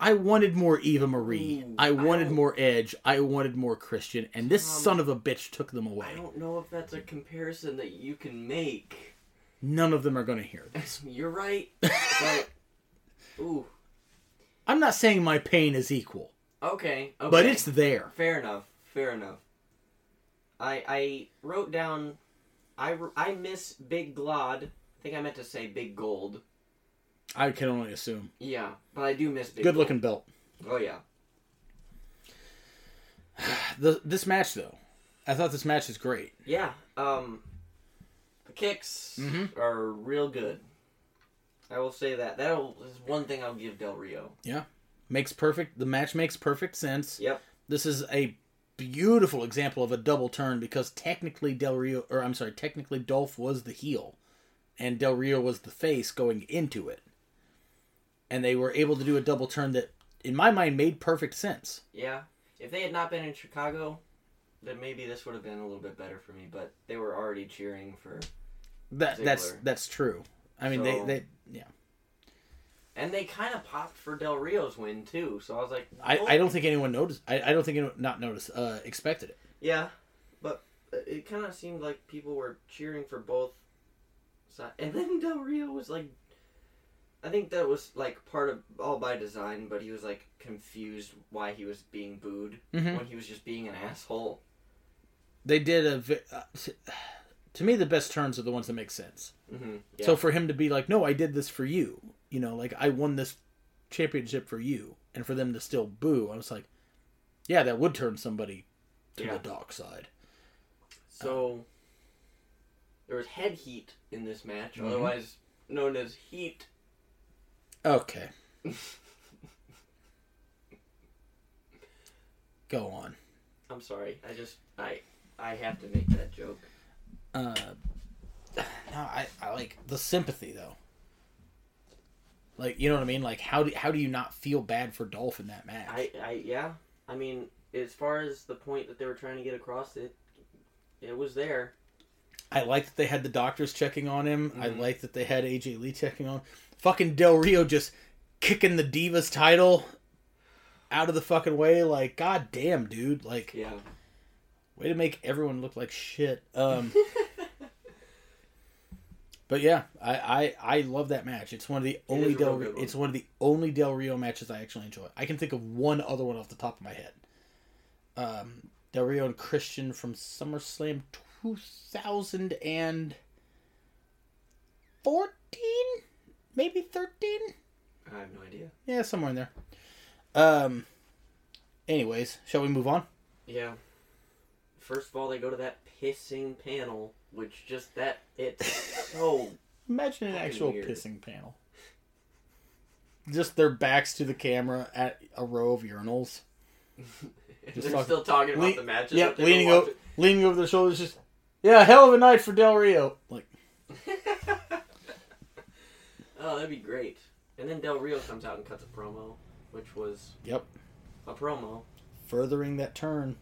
Speaker 2: I wanted more Eva Marie. I wanted more Edge. I wanted more Christian, and this son of a bitch took them
Speaker 1: Um, I
Speaker 2: away.
Speaker 1: don't know if that's a comparison that you can make.
Speaker 2: None of them are going to hear this.
Speaker 1: You're right. But ooh,
Speaker 2: I'm not saying my pain is equal,
Speaker 1: okay, okay.
Speaker 2: but it's there.
Speaker 1: fair enough. Fair enough. I I wrote down. I wr- I miss Big Glod. I think I meant to say Big Gold.
Speaker 2: I can only assume.
Speaker 1: Yeah, but I do miss Big.
Speaker 2: Good
Speaker 1: Gold.
Speaker 2: looking belt.
Speaker 1: Oh yeah.
Speaker 2: The, this match though, I thought this match is great.
Speaker 1: Yeah. Um, the kicks
Speaker 2: Mhm.
Speaker 1: are real good. I will say that. That is one thing I'll give Del Rio.
Speaker 2: Makes perfect. The match makes perfect sense.
Speaker 1: Yep.
Speaker 2: This is a beautiful example of a double turn because technically Del Rio, or I'm sorry, technically Dolph was the heel, and Del Rio was the face going into it, and they were able to do a double turn that, in my mind, made perfect sense.
Speaker 1: Yeah. If they had not been in Chicago, then maybe this would have been a little bit better for me. But they were already cheering for,
Speaker 2: That that's
Speaker 1: Ziggler.
Speaker 2: that's true. I mean, they
Speaker 1: So-
Speaker 2: they yeah.
Speaker 1: and they kind of popped for Del Rio's win too. So I was like,
Speaker 2: I,
Speaker 1: oh.
Speaker 2: I don't think anyone noticed. I, I don't think anyone not noticed. Uh, expected it.
Speaker 1: Yeah, but uh, it kind of seemed like people were cheering for both. si- And then Del Rio was like, I think that was like part of all by design, but he was like confused why he was being booed
Speaker 2: Mhm.
Speaker 1: when he was just being an asshole.
Speaker 2: They did a. ve- Uh, t- to me, the best turns are the ones that make sense.
Speaker 1: Mm-hmm. Yeah.
Speaker 2: So for him to be like, "No, I did this for you," you know, like I won this championship for you, and for them to still boo, I was like, "Yeah, that would turn somebody to
Speaker 1: Yeah.
Speaker 2: the dark side."
Speaker 1: So, there was head heat in this match, otherwise known as heat.
Speaker 2: Okay. Go on.
Speaker 1: I'm sorry, I just I I have to make that joke.
Speaker 2: Uh, no, I, I like the sympathy though. Like you know what I mean? Like how do how do you not feel bad for Dolph in that match?
Speaker 1: I, I yeah. I mean, as far as the point that they were trying to get across, it it was there.
Speaker 2: I like that they had the doctors checking on him. I
Speaker 1: Mhm.
Speaker 2: like that they had AJ Lee checking on. Fucking Del Rio just kicking the Divas title. out of the fucking way. Like, god damn, dude. Like,
Speaker 1: Yeah.
Speaker 2: way to make everyone look like shit. Um, but yeah, I, I I love that match. It's one of the
Speaker 1: is
Speaker 2: only
Speaker 1: a real
Speaker 2: Del
Speaker 1: good one.
Speaker 2: it's one of the only Del Rio matches I actually enjoy. I can think of one other one off the top of my head. Um, Del Rio and Christian from SummerSlam 2014, maybe 13.
Speaker 1: I have no idea.
Speaker 2: Yeah, somewhere in there. Um. Anyways, shall we move on?
Speaker 1: Yeah. First of all, they go to that pissing panel, which just that it's so
Speaker 2: Imagine an
Speaker 1: Fucking
Speaker 2: actual
Speaker 1: weird.
Speaker 2: pissing panel. Just their backs to the camera at a row of urinals.
Speaker 1: they're
Speaker 2: talking-
Speaker 1: still talking about
Speaker 2: Le-
Speaker 1: the matches.
Speaker 2: yeah,
Speaker 1: that they were
Speaker 2: leaning over,
Speaker 1: watching.
Speaker 2: leaning over their shoulders. Just yeah, hell of a night for Del Rio. Like
Speaker 1: Oh, that'd be great. And then Del Rio comes out and cuts a promo, which was
Speaker 2: yep,
Speaker 1: a promo.
Speaker 2: furthering that turn.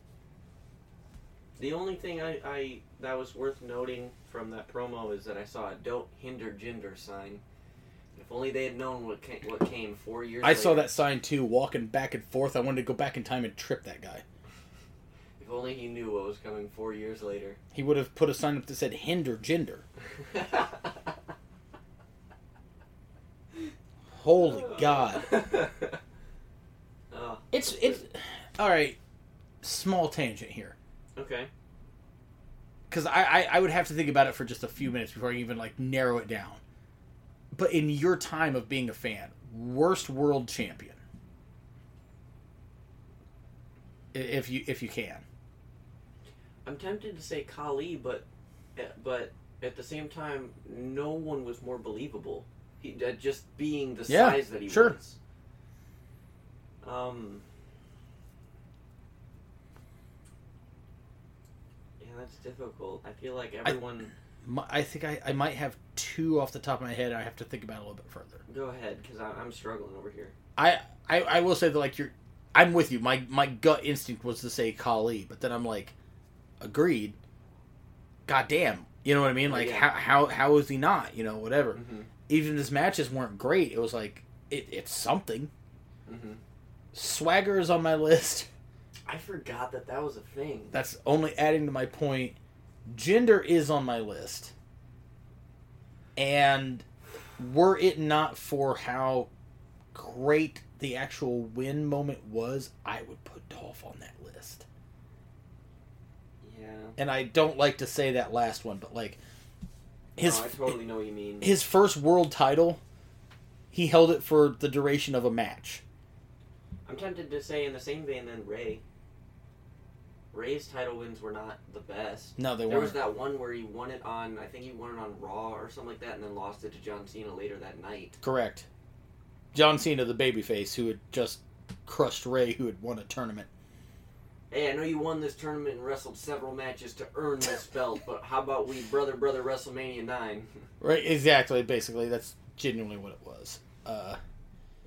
Speaker 1: The only thing I, I that was worth noting from that promo is that I saw a "Don't Hinder Gender" sign. If only they had known what came, what came four years.
Speaker 2: I saw
Speaker 1: later.
Speaker 2: that sign too, walking back and forth. I wanted to go back in time and trip that guy.
Speaker 1: If only he knew what was coming four years later.
Speaker 2: He would have put a sign up that said "Hinder Gender." Holy God!
Speaker 1: oh,
Speaker 2: It's it's all right. Small tangent here.
Speaker 1: okay.
Speaker 2: because I, I I would have to think about it for just a few minutes before I even like narrow it down. But in your time of being a fan, worst world champion, I- if you if you can,
Speaker 1: I'm tempted to say Kali, but eh, but at the same time, no one was more believable. He uh, just being the
Speaker 2: Yeah,
Speaker 1: size that he
Speaker 2: sure.
Speaker 1: was. Um. Yeah, that's difficult. I feel like everyone.
Speaker 2: My- I think I, I might have two off the top of my head. I have to think about it a little bit further.
Speaker 1: Go ahead, because I'm struggling over here.
Speaker 2: I, I I will say that like you're, I'm with you. My my gut instinct was to say Kali, but then I'm like, agreed. God damn, you know what I mean? Like
Speaker 1: Yeah.
Speaker 2: how how how is he not? You know whatever.
Speaker 1: Mm-hmm.
Speaker 2: even if his matches weren't great, it was like it, it's something.
Speaker 1: Mm-hmm.
Speaker 2: Swagger is on my list.
Speaker 1: I forgot that that was a thing.
Speaker 2: That's only adding to my point. Gender is on my list. And were it not for how great the actual win moment was, I would put Dolph on that list.
Speaker 1: Yeah.
Speaker 2: And I don't like to say that last one, but like his
Speaker 1: No, I totally know what you mean.
Speaker 2: his first world title, he held it for the duration of a match.
Speaker 1: I'm tempted to say in the same vein then Ray. Ray's title wins were not the best.
Speaker 2: No, they
Speaker 1: There
Speaker 2: weren't.
Speaker 1: was that one where he won it on I think he won it on Raw or something like that and then lost it to John Cena later that night.
Speaker 2: Correct. John Cena, the babyface, who had just crushed Ray, who had won a tournament.
Speaker 1: Hey, I know you won this tournament and wrestled several matches to earn this belt, but how about we brother brother WrestleMania nine?
Speaker 2: Right, exactly. Basically, that's genuinely what it was. Uh,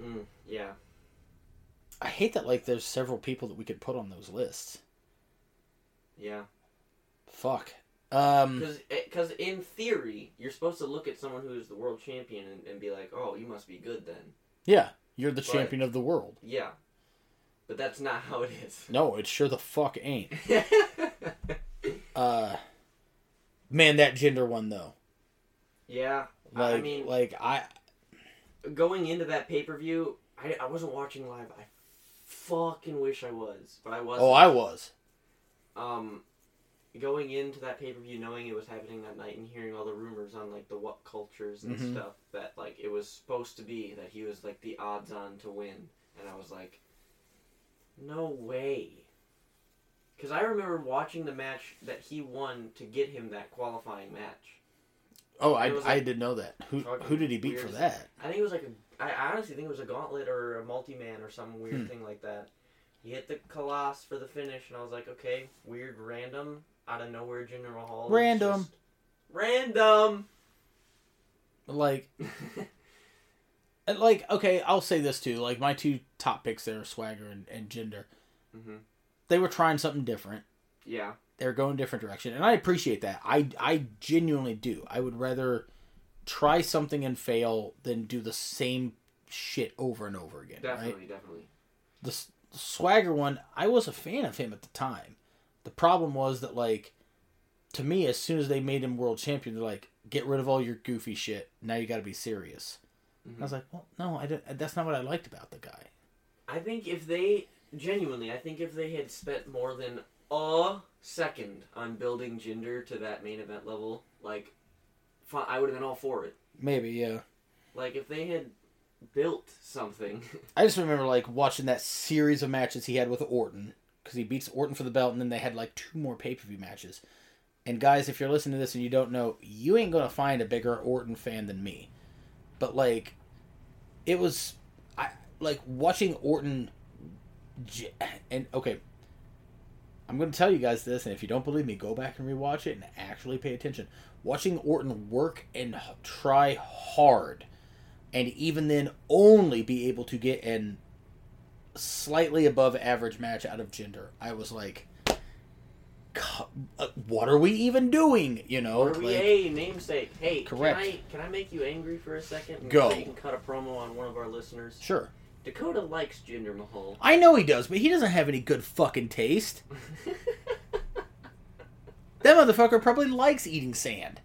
Speaker 1: Mm, yeah.
Speaker 2: I hate that. Like, there's several people that we could put on those lists.
Speaker 1: Yeah.
Speaker 2: Fuck. Um,
Speaker 1: Because cause in theory, you're supposed to look at someone who is the world champion and, and be like, oh, you must be good then.
Speaker 2: yeah, you're the
Speaker 1: Right.
Speaker 2: champion of the world.
Speaker 1: Yeah. But that's not how it is.
Speaker 2: No, it sure the fuck ain't. Uh, man, that gender one though.
Speaker 1: yeah. I-
Speaker 2: Like,
Speaker 1: I mean,
Speaker 2: like I,
Speaker 1: going into that pay per view, I, I wasn't watching live. I fucking wish I was, but I wasn't.
Speaker 2: oh, I was.
Speaker 1: um, going into that pay per view, knowing it was happening that night and hearing all the rumors on like the what cultures and
Speaker 2: Mhm.
Speaker 1: stuff that like it was supposed to be that he was like the odds on to win, and I was like, no way. Because I remember watching the match that he won to get him that qualifying match.
Speaker 2: Oh, I,
Speaker 1: It was
Speaker 2: I
Speaker 1: like-
Speaker 2: didn't know that. Who
Speaker 1: Fucking
Speaker 2: who did he beat for
Speaker 1: weird.
Speaker 2: that?
Speaker 1: I think it was like a. I- I honestly think it was a gauntlet or a multi man or some weird
Speaker 2: Hmm.
Speaker 1: thing like that. He hit the Colossus for the finish, and I was like, okay, weird, random, out of nowhere, General Hall. is
Speaker 2: Random.
Speaker 1: just- Random.
Speaker 2: Like And, like okay i'll say this too like my two top picks there are swagger and, and gender
Speaker 1: Mhm.
Speaker 2: they were trying something different
Speaker 1: yeah.
Speaker 2: they're going a different direction and i appreciate that i i genuinely do i would rather try something and fail than do the same shit over and over again
Speaker 1: Definitely.
Speaker 2: right
Speaker 1: Definitely.
Speaker 2: the s- Swagger one, I was a fan of him at the time. The problem was that like to me, as soon as they made him world champion, they're like, "Get rid of all your goofy shit. Now you got to be serious." And I was like, "Well, no, I didn't, that's not what I liked about the guy."
Speaker 1: I think if they genuinely, I think if they had spent more than a second on building gender to that main event level, like, fi- I would have been all for it.
Speaker 2: Maybe yeah.
Speaker 1: Like if they had built something,
Speaker 2: I just remember like watching that series of matches he had with Orton because he beats Orton for the belt, and then they had like two more pay per view matches. And guys, if you're listening to this and you don't know, you ain't gonna find a bigger Orton fan than me. But like, it was, I like watching Orton. j- And okay, I'm gonna tell you guys this, and if you don't believe me, go back and rewatch it and actually pay attention. Watching Orton work and h- try hard and even then only be able to get an slightly above average match out of gender i was like "Co- uh, what are we even doing you know
Speaker 1: or we
Speaker 2: like-
Speaker 1: a namesake. Hey,
Speaker 2: Correct.
Speaker 1: Can I, can I make you angry for a second? And
Speaker 2: Go.
Speaker 1: so you can cut a promo on one of our listeners.
Speaker 2: sure
Speaker 1: Dakota likes Jinder Mahal.
Speaker 2: i know he does but he doesn't have any good fucking taste that motherfucker probably likes eating sand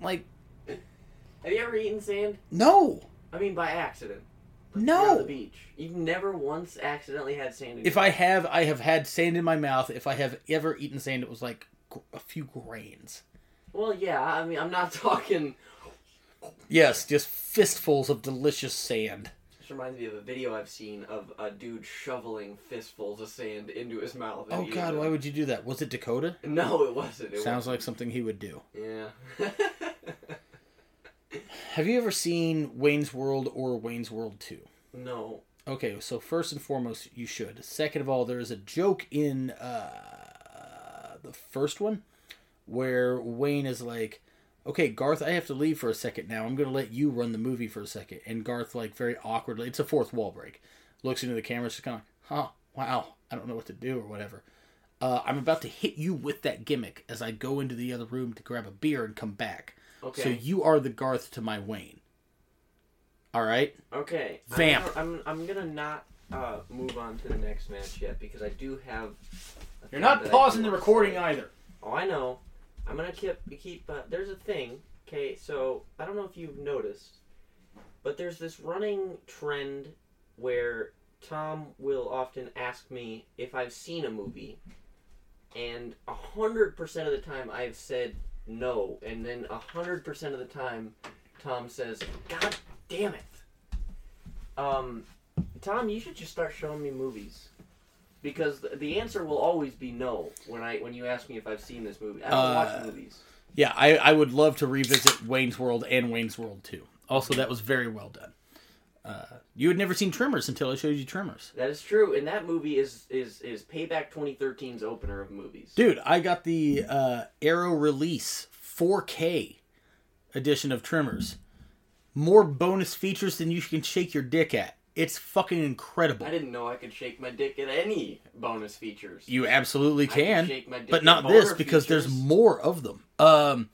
Speaker 2: like
Speaker 1: Have you ever eaten sand?
Speaker 2: no
Speaker 1: I mean, by accident. Like,
Speaker 2: No.
Speaker 1: you're on the beach. You've never once accidentally had sand. In
Speaker 2: if
Speaker 1: your-
Speaker 2: i have i have had sand in my mouth if i have ever eaten sand it was like gr- a few grains
Speaker 1: well, yeah. I mean, I'm not talking.
Speaker 2: yes just fistfuls of delicious sand
Speaker 1: This reminds me of a video I've seen of a dude shoveling fistfuls of sand into his mouth. and
Speaker 2: Oh
Speaker 1: eating
Speaker 2: God,
Speaker 1: them.
Speaker 2: why would you do that? Was it Dakota?
Speaker 1: No, it wasn't. It
Speaker 2: Sounds like something he would do.
Speaker 1: wasn't. Yeah.
Speaker 2: Have you ever seen Wayne's World or Wayne's World Two?
Speaker 1: no.
Speaker 2: Okay, so first and foremost, you should. Second of all, there is a joke in uh, the first one where Wayne is like, "Okay, Garth, I have to leave for a second now. I'm going to let you run the movie for a second. And Garth, like very awkwardly, it's a fourth wall break, looks into the camera, just kind of, "Huh, wow, I don't know what to do or whatever." Uh, I'm about to hit you with that gimmick as I go into the other room to grab a beer and come back.
Speaker 1: Okay.
Speaker 2: So you are the Garth to my Wayne. All right.
Speaker 1: Okay. I'm
Speaker 2: Vamp.
Speaker 1: gonna- I'm, I'm, gonna not uh, move on to the next match yet because I do have. a thing that I do want to say.
Speaker 2: either.
Speaker 1: Oh, I know. I'm gonna keep keep. Uh, there's a thing. Okay, so I don't know if you've noticed, but there's this running trend where Tom will often ask me if I've seen a movie, and a hundred percent of the time I've said no, and then a hundred percent of the time Tom says, "God damn it." Um, Tom, you should just start showing me movies. Because th- the answer will always be no when I when you ask me if I've seen this movie. I don't
Speaker 2: Uh,
Speaker 1: watch movies.
Speaker 2: Yeah, I, I would love to revisit Wayne's World and Wayne's World 2. Also, that was very well done. Uh, you had never seen Tremors until I showed you Tremors.
Speaker 1: That is true, and that movie is is is Payback 2013's opener of movies.
Speaker 2: Dude, I got the uh, Arrow Release 4K edition of Tremors. More bonus features than you can shake your dick at. It's fucking incredible.
Speaker 1: I didn't know I could shake my dick at any bonus features.
Speaker 2: You absolutely
Speaker 1: can
Speaker 2: can,
Speaker 1: shake my dick
Speaker 2: but
Speaker 1: in
Speaker 2: not this
Speaker 1: boner
Speaker 2: because there's
Speaker 1: features.
Speaker 2: more of them. Um,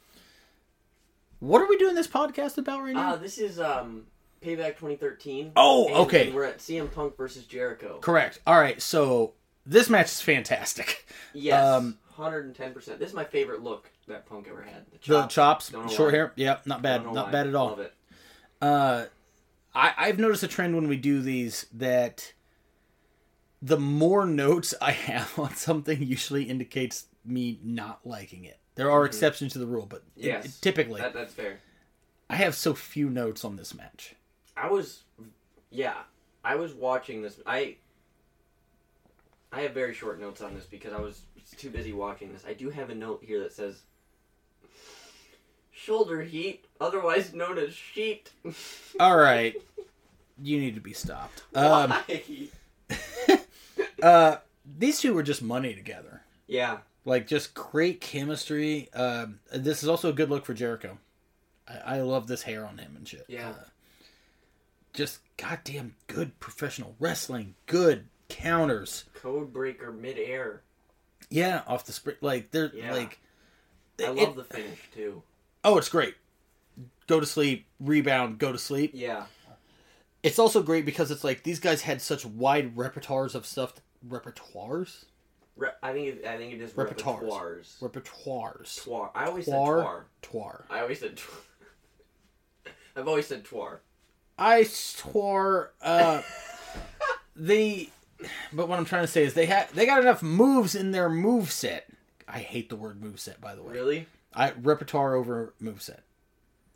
Speaker 2: what are we doing this podcast about right now?
Speaker 1: Ah, this is um Payback 2013.
Speaker 2: Oh,
Speaker 1: and-
Speaker 2: okay.
Speaker 1: and we're at CM Punk versus Jericho.
Speaker 2: Correct. All right, so this match is fantastic.
Speaker 1: Yes,
Speaker 2: um,
Speaker 1: 110%. This is my favorite look that Punk ever had. The
Speaker 2: The
Speaker 1: chops.
Speaker 2: chops,
Speaker 1: Don't know
Speaker 2: short
Speaker 1: why.
Speaker 2: hair. Yep, not
Speaker 1: I
Speaker 2: bad.
Speaker 1: don't know
Speaker 2: Not
Speaker 1: why.
Speaker 2: bad at
Speaker 1: Love
Speaker 2: all.
Speaker 1: it.
Speaker 2: Uh, I, I've noticed a trend when we do these that the more notes I have on something usually indicates me not liking it. There are exceptions to the rule, but it-
Speaker 1: Mm-hmm. Yes.
Speaker 2: it- typically
Speaker 1: That, that's fair.
Speaker 2: I have so few notes on this match.
Speaker 1: I was, yeah, I was watching this. I, I have very short notes on this because I was too busy watching this. I do have a note here that says, "Shoulder heat, otherwise known as sheet."
Speaker 2: All right, you need to be stopped. Um,
Speaker 1: Why?
Speaker 2: uh, these two were just money together.
Speaker 1: Yeah,
Speaker 2: like just great chemistry. Um, this is also a good look for Jericho. I, I love this hair on him and shit.
Speaker 1: Yeah.
Speaker 2: Uh, just goddamn good professional wrestling. Good counters.
Speaker 1: code breaker midair.
Speaker 2: Yeah, off the spring. Like they're
Speaker 1: Yeah.
Speaker 2: like.
Speaker 1: I
Speaker 2: it-
Speaker 1: love the finish too.
Speaker 2: oh, it's great. Go to sleep. Rebound. Go to sleep.
Speaker 1: Yeah,
Speaker 2: It's also great because it's like these guys had such wide repertoires of stuff. Repertoires,
Speaker 1: Re- I think it, I think it is repertoires.
Speaker 2: Repertoires. repertoires,
Speaker 1: Twar. I always said twar.
Speaker 2: twar, twar.
Speaker 1: I always said. Twar. I've always said twar.
Speaker 2: I swore uh they but what I'm trying to say is they had they got enough moves in their move set. I hate the word move set by the way.
Speaker 1: Really?
Speaker 2: I repertoire over move set.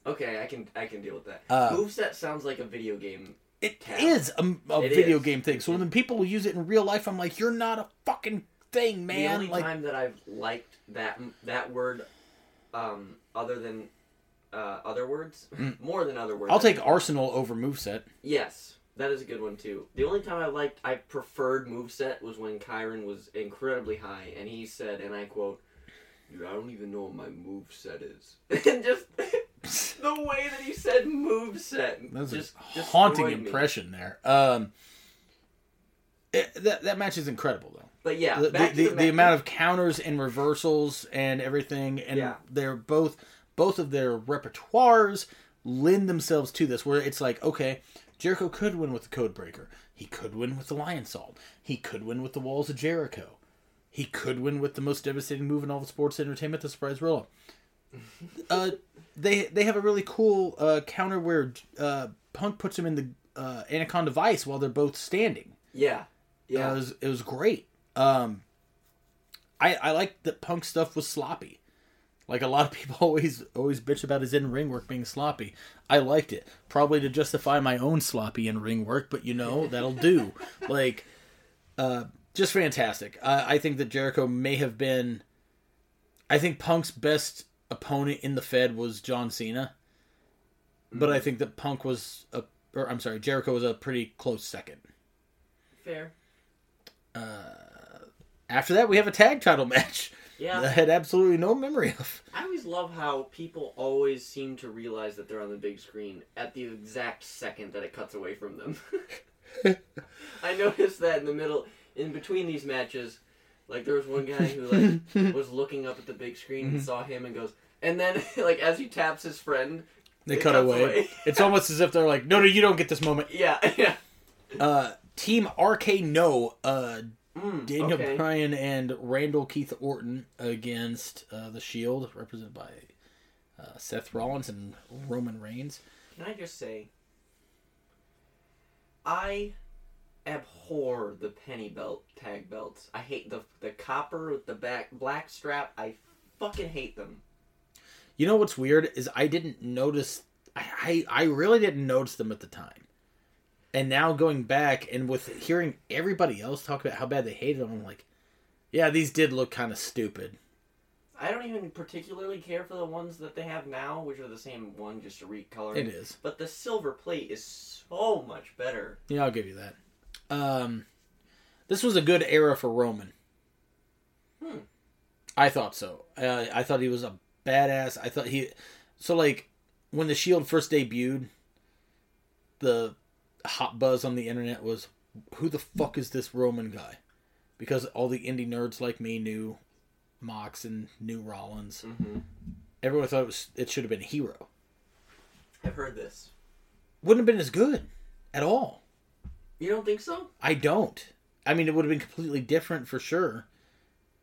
Speaker 1: Okay, I can I can deal with that.
Speaker 2: Uh,
Speaker 1: Moveset sounds like a video game.
Speaker 2: It
Speaker 1: Tab.
Speaker 2: is a, a
Speaker 1: It
Speaker 2: video
Speaker 1: is.
Speaker 2: game thing. So when people use it in real life I'm like you're not a fucking thing,
Speaker 1: the
Speaker 2: man.
Speaker 1: only
Speaker 2: like
Speaker 1: time that I've liked that that word, um, other than uh, other words, more than other words.
Speaker 2: Mm. I'll take Arsenal over move set.
Speaker 1: Yes, that is a good one too. The only time I liked, I preferred moveset was when Kyron was incredibly high, and he said, and I quote, "Dude, I don't even know what my moveset is." and just the way that he said moveset,
Speaker 2: That's
Speaker 1: just
Speaker 2: a haunting
Speaker 1: destroyed me.
Speaker 2: impression there. Um it- that that match is incredible though.
Speaker 1: But yeah,
Speaker 2: the,
Speaker 1: back
Speaker 2: the,
Speaker 1: to
Speaker 2: the,
Speaker 1: the,
Speaker 2: amount of counters and reversals and everything and
Speaker 1: Yeah.
Speaker 2: they're both both of their repertoires lend themselves to this where it's like okay jericho could win with the code breaker he could win with the lion salt he could win with the walls of jericho he could win with the most devastating move in all of sports entertainment the surprise roll uh, they they have a really cool uh, counter where uh, punk puts him in the uh, anaconda vice while they're both standing
Speaker 1: yeah, yeah.
Speaker 2: it was it was great. Um, I I like that Punk stuff was sloppy. Like a lot of people always always bitch about his in ring work being sloppy. I liked it probably to justify my own sloppy in ring work, but you know that'll do. like, uh, just fantastic. I, I think that Jericho may have been. I think Punk's best opponent in the Fed was John Cena, but I think that Punk was a, or I'm sorry, Jericho was a pretty close second.
Speaker 1: fair.
Speaker 2: After that, we have a tag title match
Speaker 1: Yeah,
Speaker 2: that I had absolutely no memory of.
Speaker 1: I always love how people always seem to realize that they're on the big screen at the exact second that it cuts away from them. I noticed that in the middle, in between these matches, like there was one guy who like was looking up at the big screen and saw him and goes, and then like as he taps his friend,
Speaker 2: They
Speaker 1: It
Speaker 2: cut
Speaker 1: cuts
Speaker 2: away.
Speaker 1: away.
Speaker 2: it's almost as if they're like, no, no, you don't get this moment.
Speaker 1: yeah, yeah,
Speaker 2: Uh, Team RK No, uh,
Speaker 1: mm,
Speaker 2: Daniel
Speaker 1: okay.
Speaker 2: Bryan and Randall Keith Orton against uh, The Shield, represented by uh, Seth Rollins and Roman Reigns.
Speaker 1: Can I just say, I abhor the penny belt tag belts. I hate the the copper with the back black strap. I fucking hate them.
Speaker 2: You know what's weird is I didn't notice. I, I I really didn't notice them at the time, and now going back and with hearing everybody else talk about how bad they hated them, I'm like, yeah, these did look kind of stupid.
Speaker 1: I don't even particularly care for the ones that they have now, which are the same one just a recolor.
Speaker 2: It is.
Speaker 1: But the silver plate is so much better.
Speaker 2: Yeah, I'll give you that. Um, this was a good era for Roman.
Speaker 1: Hmm.
Speaker 2: I thought so. Uh, I thought he was a badass. I thought he. So like, when the Shield E first debuted, the hot buzz on the internet was, "Who the fuck is this Roman guy?" Because all the indie nerds like me knew Mox and knew Rollins.
Speaker 1: Mm-hmm.
Speaker 2: Everyone thought it was it should have been Hero.
Speaker 1: I've heard this.
Speaker 2: Wouldn't have been as good at all.
Speaker 1: You don't think so?
Speaker 2: I don't. I mean, it would have been completely different for sure,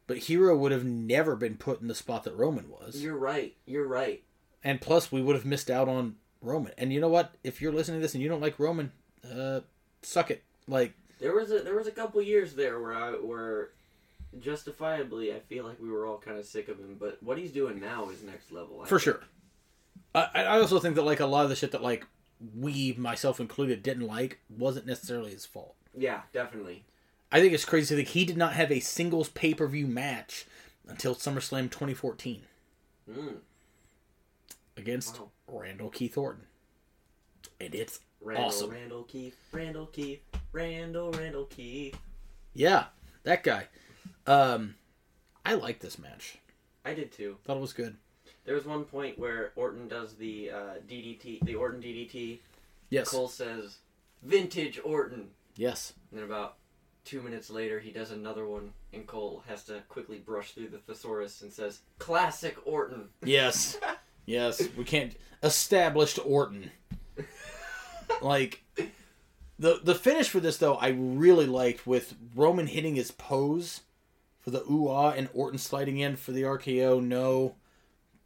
Speaker 2: but Hero would have never been put in the spot that Roman was.
Speaker 1: You're right. You're right.
Speaker 2: And plus, we would have missed out on Roman. And you know what? If you're listening to this and you don't like Roman, uh, suck it. Like,
Speaker 1: There was a there was a couple years there where I where justifiably I feel like we were all kind of sick of him, but what he's doing now is next level. I
Speaker 2: for
Speaker 1: think.
Speaker 2: sure. I, I also think that, like, a lot of the shit that, like, we, myself included, didn't like wasn't necessarily his fault.
Speaker 1: Yeah, definitely.
Speaker 2: I think it's crazy that he did not have a singles pay per view match until SummerSlam 2014
Speaker 1: Mm,
Speaker 2: against
Speaker 1: Wow.
Speaker 2: Randall Keith Orton. And it's
Speaker 1: Randall,
Speaker 2: Awesome.
Speaker 1: Randall Keith, Randall Keith, Randall, Randall Keith.
Speaker 2: Yeah, that guy. Um, I like this match.
Speaker 1: I did too.
Speaker 2: Thought it was good.
Speaker 1: There was one point where Orton does the uh, DDT, the Orton DDT.
Speaker 2: Yes.
Speaker 1: Cole says, "Vintage Orton,"
Speaker 2: Yes.
Speaker 1: and then about two minutes later, he does another one, and Cole has to quickly brush through the thesaurus and says, "Classic Orton."
Speaker 2: Yes. yes. We can't established Orton. Like The the finish for this though I really liked with Roman hitting his pose for the ooh ah and Orton sliding in for the RKO. No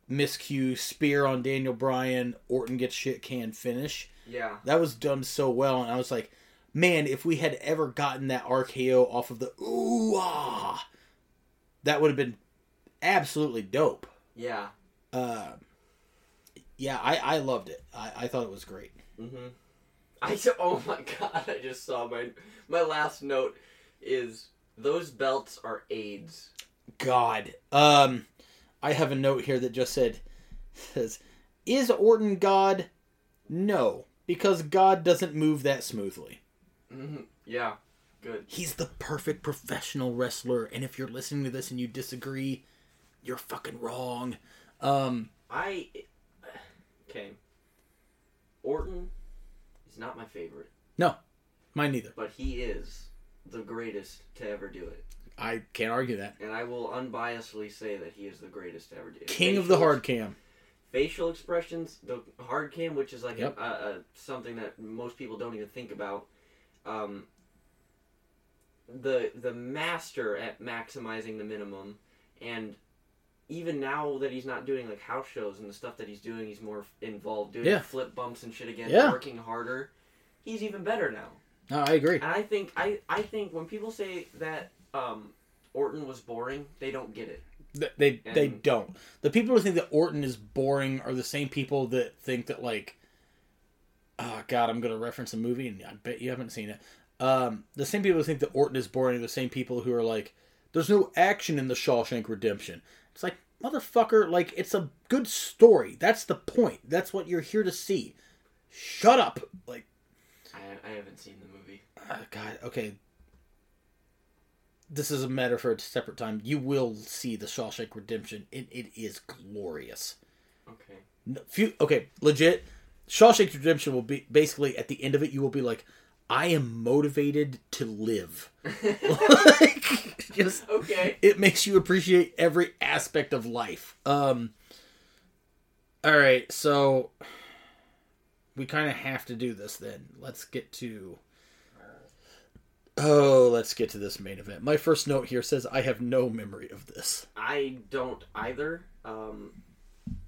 Speaker 2: miscue spear on Daniel Bryan. Orton gets shit can finish.
Speaker 1: Yeah.
Speaker 2: That was done so well, and I was like, man, if we had ever gotten that RKO off of the ooh ah, that would have been absolutely dope.
Speaker 1: Yeah.
Speaker 2: Uh, yeah, I I loved it. I, I thought it was great.
Speaker 1: Mm-hmm. I s- oh my god! I just saw my my last note is those belts are AIDS.
Speaker 2: God. Um, I have a note here that just said, says, is Orton God? No, because God doesn't move that smoothly.
Speaker 1: Mm-hmm. Yeah. Good.
Speaker 2: He's the perfect professional wrestler, and if you're listening to this and you disagree, you're fucking wrong. Um,
Speaker 1: I okay. Orton is not my favorite,
Speaker 2: no, mine neither.
Speaker 1: but he is the greatest to ever do it,
Speaker 2: I can't argue that.
Speaker 1: and I will unbiasedly say that he is the greatest to ever do it.
Speaker 2: King of the
Speaker 1: Facial-
Speaker 2: hard cam.
Speaker 1: facial expressions, the hard cam, which is like
Speaker 2: Yep.
Speaker 1: a, a, a- something that most people don't even think about. Um, the the master at maximizing the minimum, and even now that he's not doing like house shows and the stuff that he's doing, he's more involved doing
Speaker 2: Yeah.
Speaker 1: flip bumps and shit again,
Speaker 2: Yeah.
Speaker 1: working harder. He's even better now.
Speaker 2: No, I agree.
Speaker 1: And I think I, I think when people say that um, Orton was boring, they don't get it.
Speaker 2: Th- They they
Speaker 1: And-
Speaker 2: don't. The people who think that Orton is boring are the same people that think that like, oh god, I'm gonna reference a movie and I bet you haven't seen it. Um, the same people who think that Orton is boring are the same people who are like, there's no action in the Shawshank Redemption. It's like motherfucker, like it's a good story. That's the point. That's what you're here to see. Shut up. Like,
Speaker 1: I, I haven't seen the movie.
Speaker 2: oh, god, okay. This is a matter for a separate time. You will see the Shawshank Redemption. It, it is glorious.
Speaker 1: Okay.
Speaker 2: No, few, okay, legit. Shawshank Redemption will be basically at the end of it. You will be like, I am motivated to live. like, just
Speaker 1: Okay.
Speaker 2: it makes you appreciate every aspect of life. Um. All right, so we kind of have to do this then. Let's get to. Oh, let's get to this main event. My first note here says I have no memory of this.
Speaker 1: I don't either. Um,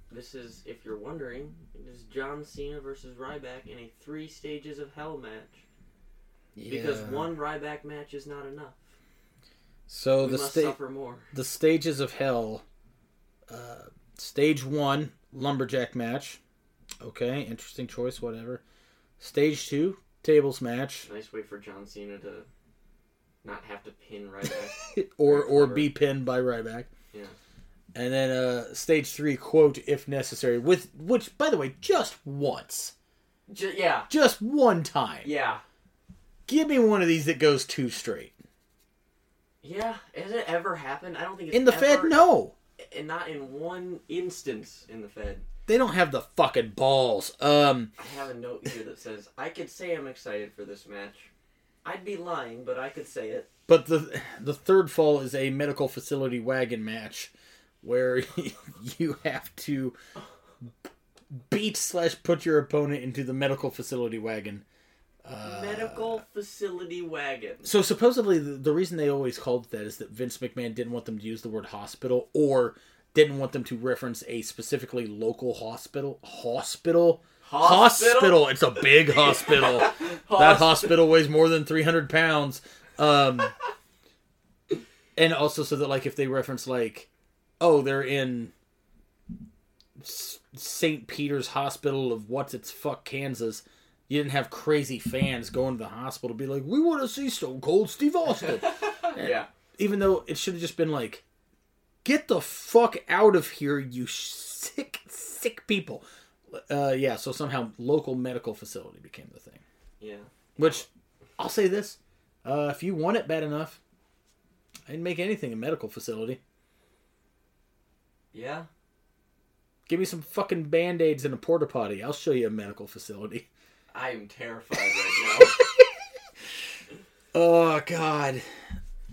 Speaker 1: this is, if you're wondering, it is John Cena versus Ryback in a three stages of hell match because one Ryback match is not enough.
Speaker 2: So
Speaker 1: we
Speaker 2: the
Speaker 1: must
Speaker 2: state.
Speaker 1: suffer more.
Speaker 2: the stages of hell. Uh, stage one, lumberjack match. Okay, interesting choice, whatever. Stage two, tables match,
Speaker 1: Nice way for John Cena to not have to pin Ryback.
Speaker 2: or
Speaker 1: Very
Speaker 2: or
Speaker 1: clever.
Speaker 2: be pinned by Ryback.
Speaker 1: Yeah.
Speaker 2: And then uh, stage three, quote if necessary, with which by the way, just once,
Speaker 1: J- yeah,
Speaker 2: just one time.
Speaker 1: yeah,
Speaker 2: Give me one of these that goes two straight.
Speaker 1: yeah. Has it ever happened? I don't think it's
Speaker 2: In the Fed,
Speaker 1: ever-
Speaker 2: no,
Speaker 1: and not in one instance in the Fed.
Speaker 2: they don't have the fucking balls. Um,
Speaker 1: I have a note here that says I could say I'm excited for this match. I'd be lying, but I could say it.
Speaker 2: But the the third fall is a medical facility wagon match, where you have to beat slash put your opponent into the medical facility wagon.
Speaker 1: Medical facility wagon.
Speaker 2: So supposedly the, the reason they always called it that is that Vince McMahon didn't want them to use the word hospital or didn't want them to reference a specifically local hospital hospital
Speaker 1: Hospital?
Speaker 2: It's a big hospital. that hospital weighs more than 300 pounds um and also so that like if they reference like oh they're in S- st peter's hospital of what's its fuck kansas you didn't have crazy fans going to the hospital to be like we want to see stone cold steve austin
Speaker 1: yeah.
Speaker 2: even though it should have just been like get the fuck out of here you sick sick people uh yeah so somehow local medical facility became the thing
Speaker 1: Yeah.
Speaker 2: which I'll say this: uh, if you want it bad enough, I'd make anything a medical facility.
Speaker 1: Yeah.
Speaker 2: Give me some fucking band aids and a porta potty. I'll show you a medical facility.
Speaker 1: I am terrified right now.
Speaker 2: Oh God!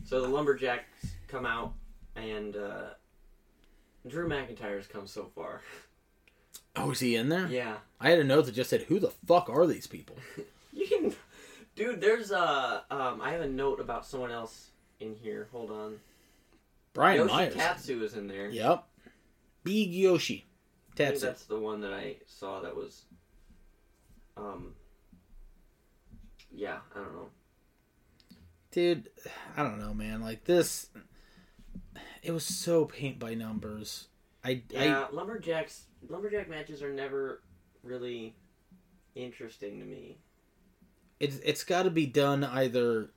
Speaker 1: so the lumberjacks come out, and uh, Drew McIntyre's come so far.
Speaker 2: Oh, is he in there?
Speaker 1: Yeah.
Speaker 2: I had a note that just said, "Who the fuck are these people?"
Speaker 1: You can, Dude, there's a. Um, I have a note about someone else in here. Hold on.
Speaker 2: Brian
Speaker 1: Yoshi
Speaker 2: Myers.
Speaker 1: Tatsu is in there.
Speaker 2: Yep. Big Yoshi.
Speaker 1: I think
Speaker 2: Tatsu.
Speaker 1: that's the one that I saw that was. Um. Yeah, I don't know.
Speaker 2: dude i don't know man like this it was so paint by numbers i
Speaker 1: Yeah, lumberjacks. Lumberjack matches are never really interesting to me.
Speaker 2: it's it's got to be done either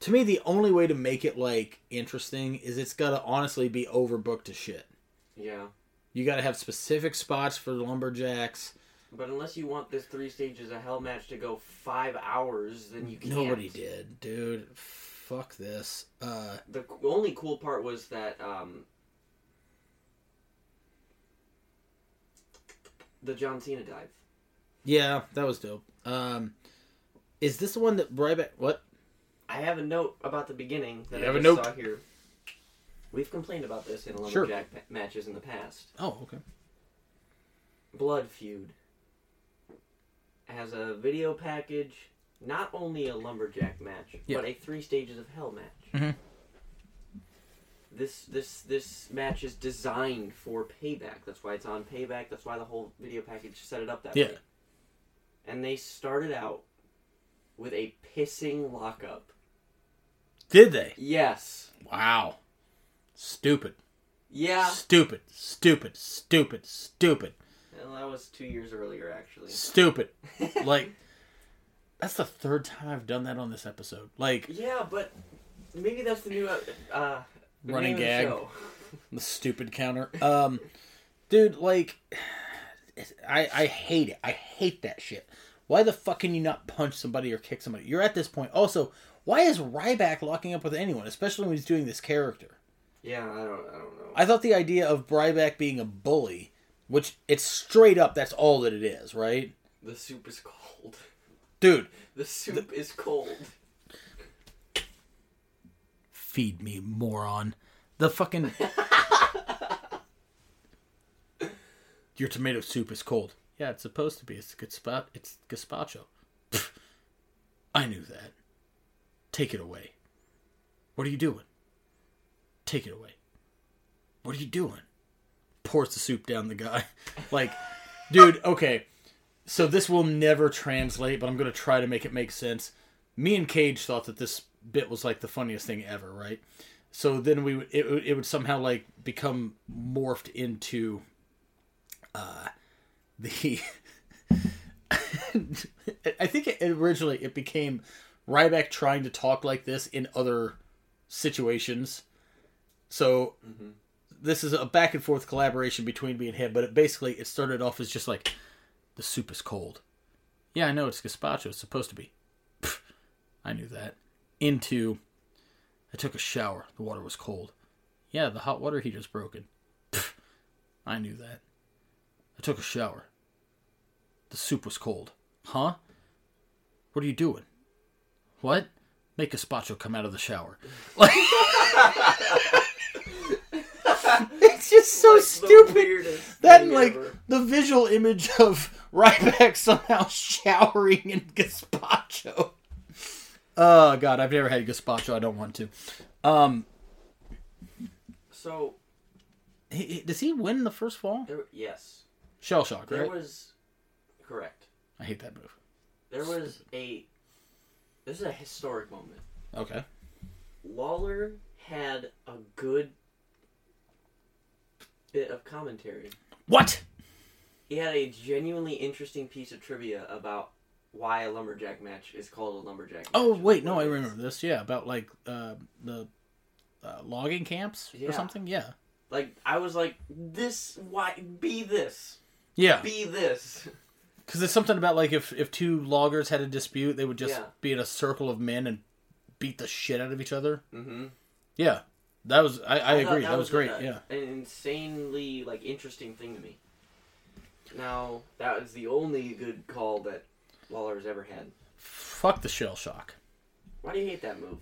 Speaker 2: to me the only way to make it like interesting is it's got to honestly be overbooked to shit
Speaker 1: Yeah,
Speaker 2: you got to have specific spots for lumberjacks
Speaker 1: but unless you want this three stages of hell match to go five hours, then you can't.
Speaker 2: nobody did dude fuck this uh
Speaker 1: The c- only cool part was that um, the John Cena dive.
Speaker 2: yeah that was dope um is this the one that Ryback? What?
Speaker 1: I have a note about the beginning that
Speaker 2: You
Speaker 1: I
Speaker 2: have a
Speaker 1: just
Speaker 2: note?
Speaker 1: saw here. We've complained about this in lumberjack ma- matches in the past.
Speaker 2: Oh, okay.
Speaker 1: Blood Feud has a video package, not only a lumberjack match,
Speaker 2: Yeah.
Speaker 1: but a three stages of hell match.
Speaker 2: Mhm.
Speaker 1: This this this match is designed for payback. That's why it's on payback. That's why the whole video package set it up that
Speaker 2: Yeah.
Speaker 1: way. And they started out with a pissing lockup.
Speaker 2: Did they?
Speaker 1: Yes.
Speaker 2: Wow. Stupid.
Speaker 1: Yeah.
Speaker 2: Stupid, stupid, stupid, stupid,
Speaker 1: Well, that was two years earlier, actually.
Speaker 2: stupid. Like, that's the third time I've done that on this episode. Like,
Speaker 1: Yeah, but maybe that's the new uh, uh, the
Speaker 2: Running
Speaker 1: name of the
Speaker 2: gag.
Speaker 1: show.
Speaker 2: the stupid counter. Um, dude, like, it's- I, I hate it. I hate that shit. Why the fuck can you not punch somebody or kick somebody? You're at this point. Also, why is Ryback locking up with anyone, especially when he's doing this character?
Speaker 1: Yeah, I don't, I don't know.
Speaker 2: I thought the idea of Ryback being a bully, which it's straight up, that's all that it is, right?
Speaker 1: The soup is cold.
Speaker 2: Dude,
Speaker 1: The soup is cold.
Speaker 2: feed me, moron. The fucking. Your tomato soup is cold. Yeah, it's supposed to be. It's good spot. It's gazpacho. Pfft. I knew that. Take it away. What are you doing? Take it away. What are you doing? Pours the soup down the guy. Like, dude, okay. So this will never translate, but I'm going to try to make it make sense me and Cage thought that this bit was like the funniest thing ever, right? So then we would it, would- it would somehow like become morphed into uh the I think it, originally it became Ryback trying to talk like this in other situations. So this is a back and forth collaboration between me and him, but it basically it started off as just like the soup is cold. Yeah, I know it's gazpacho. It's supposed to be. I knew that. Into, I took a shower. The water was cold. Yeah, the hot water heater's broken. Pfft, I knew that. I took a shower. The soup was cold. Huh? What are you doing? What? Make gazpacho come out of the shower. Like, it's just so
Speaker 1: The
Speaker 2: stupid.
Speaker 1: weirdest
Speaker 2: That
Speaker 1: thing
Speaker 2: and, like
Speaker 1: ever.
Speaker 2: the visual image of Ryback somehow showering in gazpacho. Oh god, I've never had gazpacho. I don't want to. Um,
Speaker 1: So,
Speaker 2: he, he- does he win the first fall?
Speaker 1: there, yes.
Speaker 2: Shell shock,
Speaker 1: There
Speaker 2: right?
Speaker 1: was. Correct.
Speaker 2: I hate that move.
Speaker 1: There was a. This is a historic moment.
Speaker 2: Okay.
Speaker 1: Lawler had a good bit of commentary.
Speaker 2: What?
Speaker 1: He had a genuinely interesting piece of trivia about why a lumberjack match is called a lumberjack.
Speaker 2: Oh
Speaker 1: match.
Speaker 2: wait, no,
Speaker 1: What
Speaker 2: I
Speaker 1: it is.
Speaker 2: remember this. Yeah, about like uh, the uh, logging camps
Speaker 1: Yeah.
Speaker 2: or something. Yeah.
Speaker 1: Like I was like, this why be this
Speaker 2: Yeah,
Speaker 1: be this.
Speaker 2: because it's something about like if if two loggers had a dispute, they would just
Speaker 1: Yeah.
Speaker 2: be in a circle of men and beat the shit out of each other.
Speaker 1: Mm-hmm.
Speaker 2: Yeah, that was. I, I,
Speaker 1: thought
Speaker 2: agree. That, was great.
Speaker 1: a-
Speaker 2: yeah.
Speaker 1: an insanely like interesting thing to me. Now that is the only good call that Lawler's ever had.
Speaker 2: Fuck the shell shock.
Speaker 1: Why do you hate that move?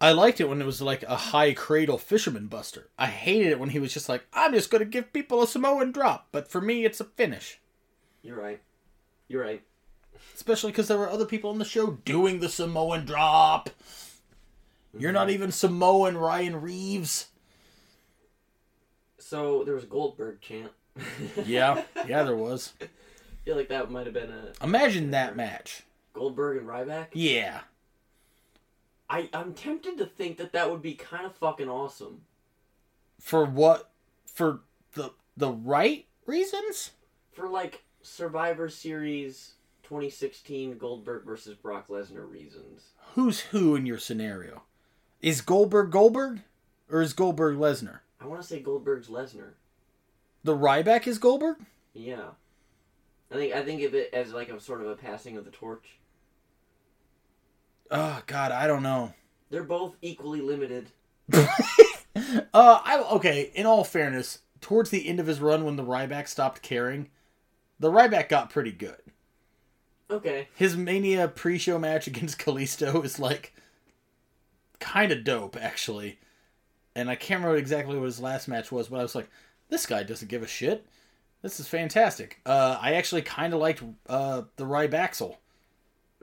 Speaker 2: I liked it when it was like a high cradle fisherman buster. I hated it when he was just like, I'm just gonna give people a Samoan drop, but for me it's a finish.
Speaker 1: You're right. You're right.
Speaker 2: Especially because there were other people on the show doing the Samoan drop. You're not even Samoan, Ryan Reeves.
Speaker 1: So there was Goldberg chant.
Speaker 2: Yeah, yeah, there was.
Speaker 1: I feel like that might have been a
Speaker 2: Imagine that match.
Speaker 1: Goldberg and Ryback.
Speaker 2: Yeah.
Speaker 1: I I'm tempted to think that that would be kind of fucking awesome.
Speaker 2: For what? For the the right reasons?
Speaker 1: for like Survivor Series 2016 Goldberg versus Brock Lesnar reasons.
Speaker 2: Who's who in your scenario? Is Goldberg Goldberg? Or is Goldberg Lesnar?
Speaker 1: I want to say Goldberg's Lesnar.
Speaker 2: The Ryback is Goldberg?
Speaker 1: Yeah, I think I think of it as like a sort of a passing of the torch.
Speaker 2: Oh, God, I don't know.
Speaker 1: They're both equally limited.
Speaker 2: Uh, I okay. In all fairness, towards the end of his run, when the Ryback stopped caring, the Ryback got pretty good.
Speaker 1: Okay,
Speaker 2: His Mania pre-show match against Kalisto is like kind of dope, actually. And I can't remember exactly what his last match was, but I was like, this guy doesn't give a shit. This is fantastic. Uh, I actually kind of liked uh the Rybacksel.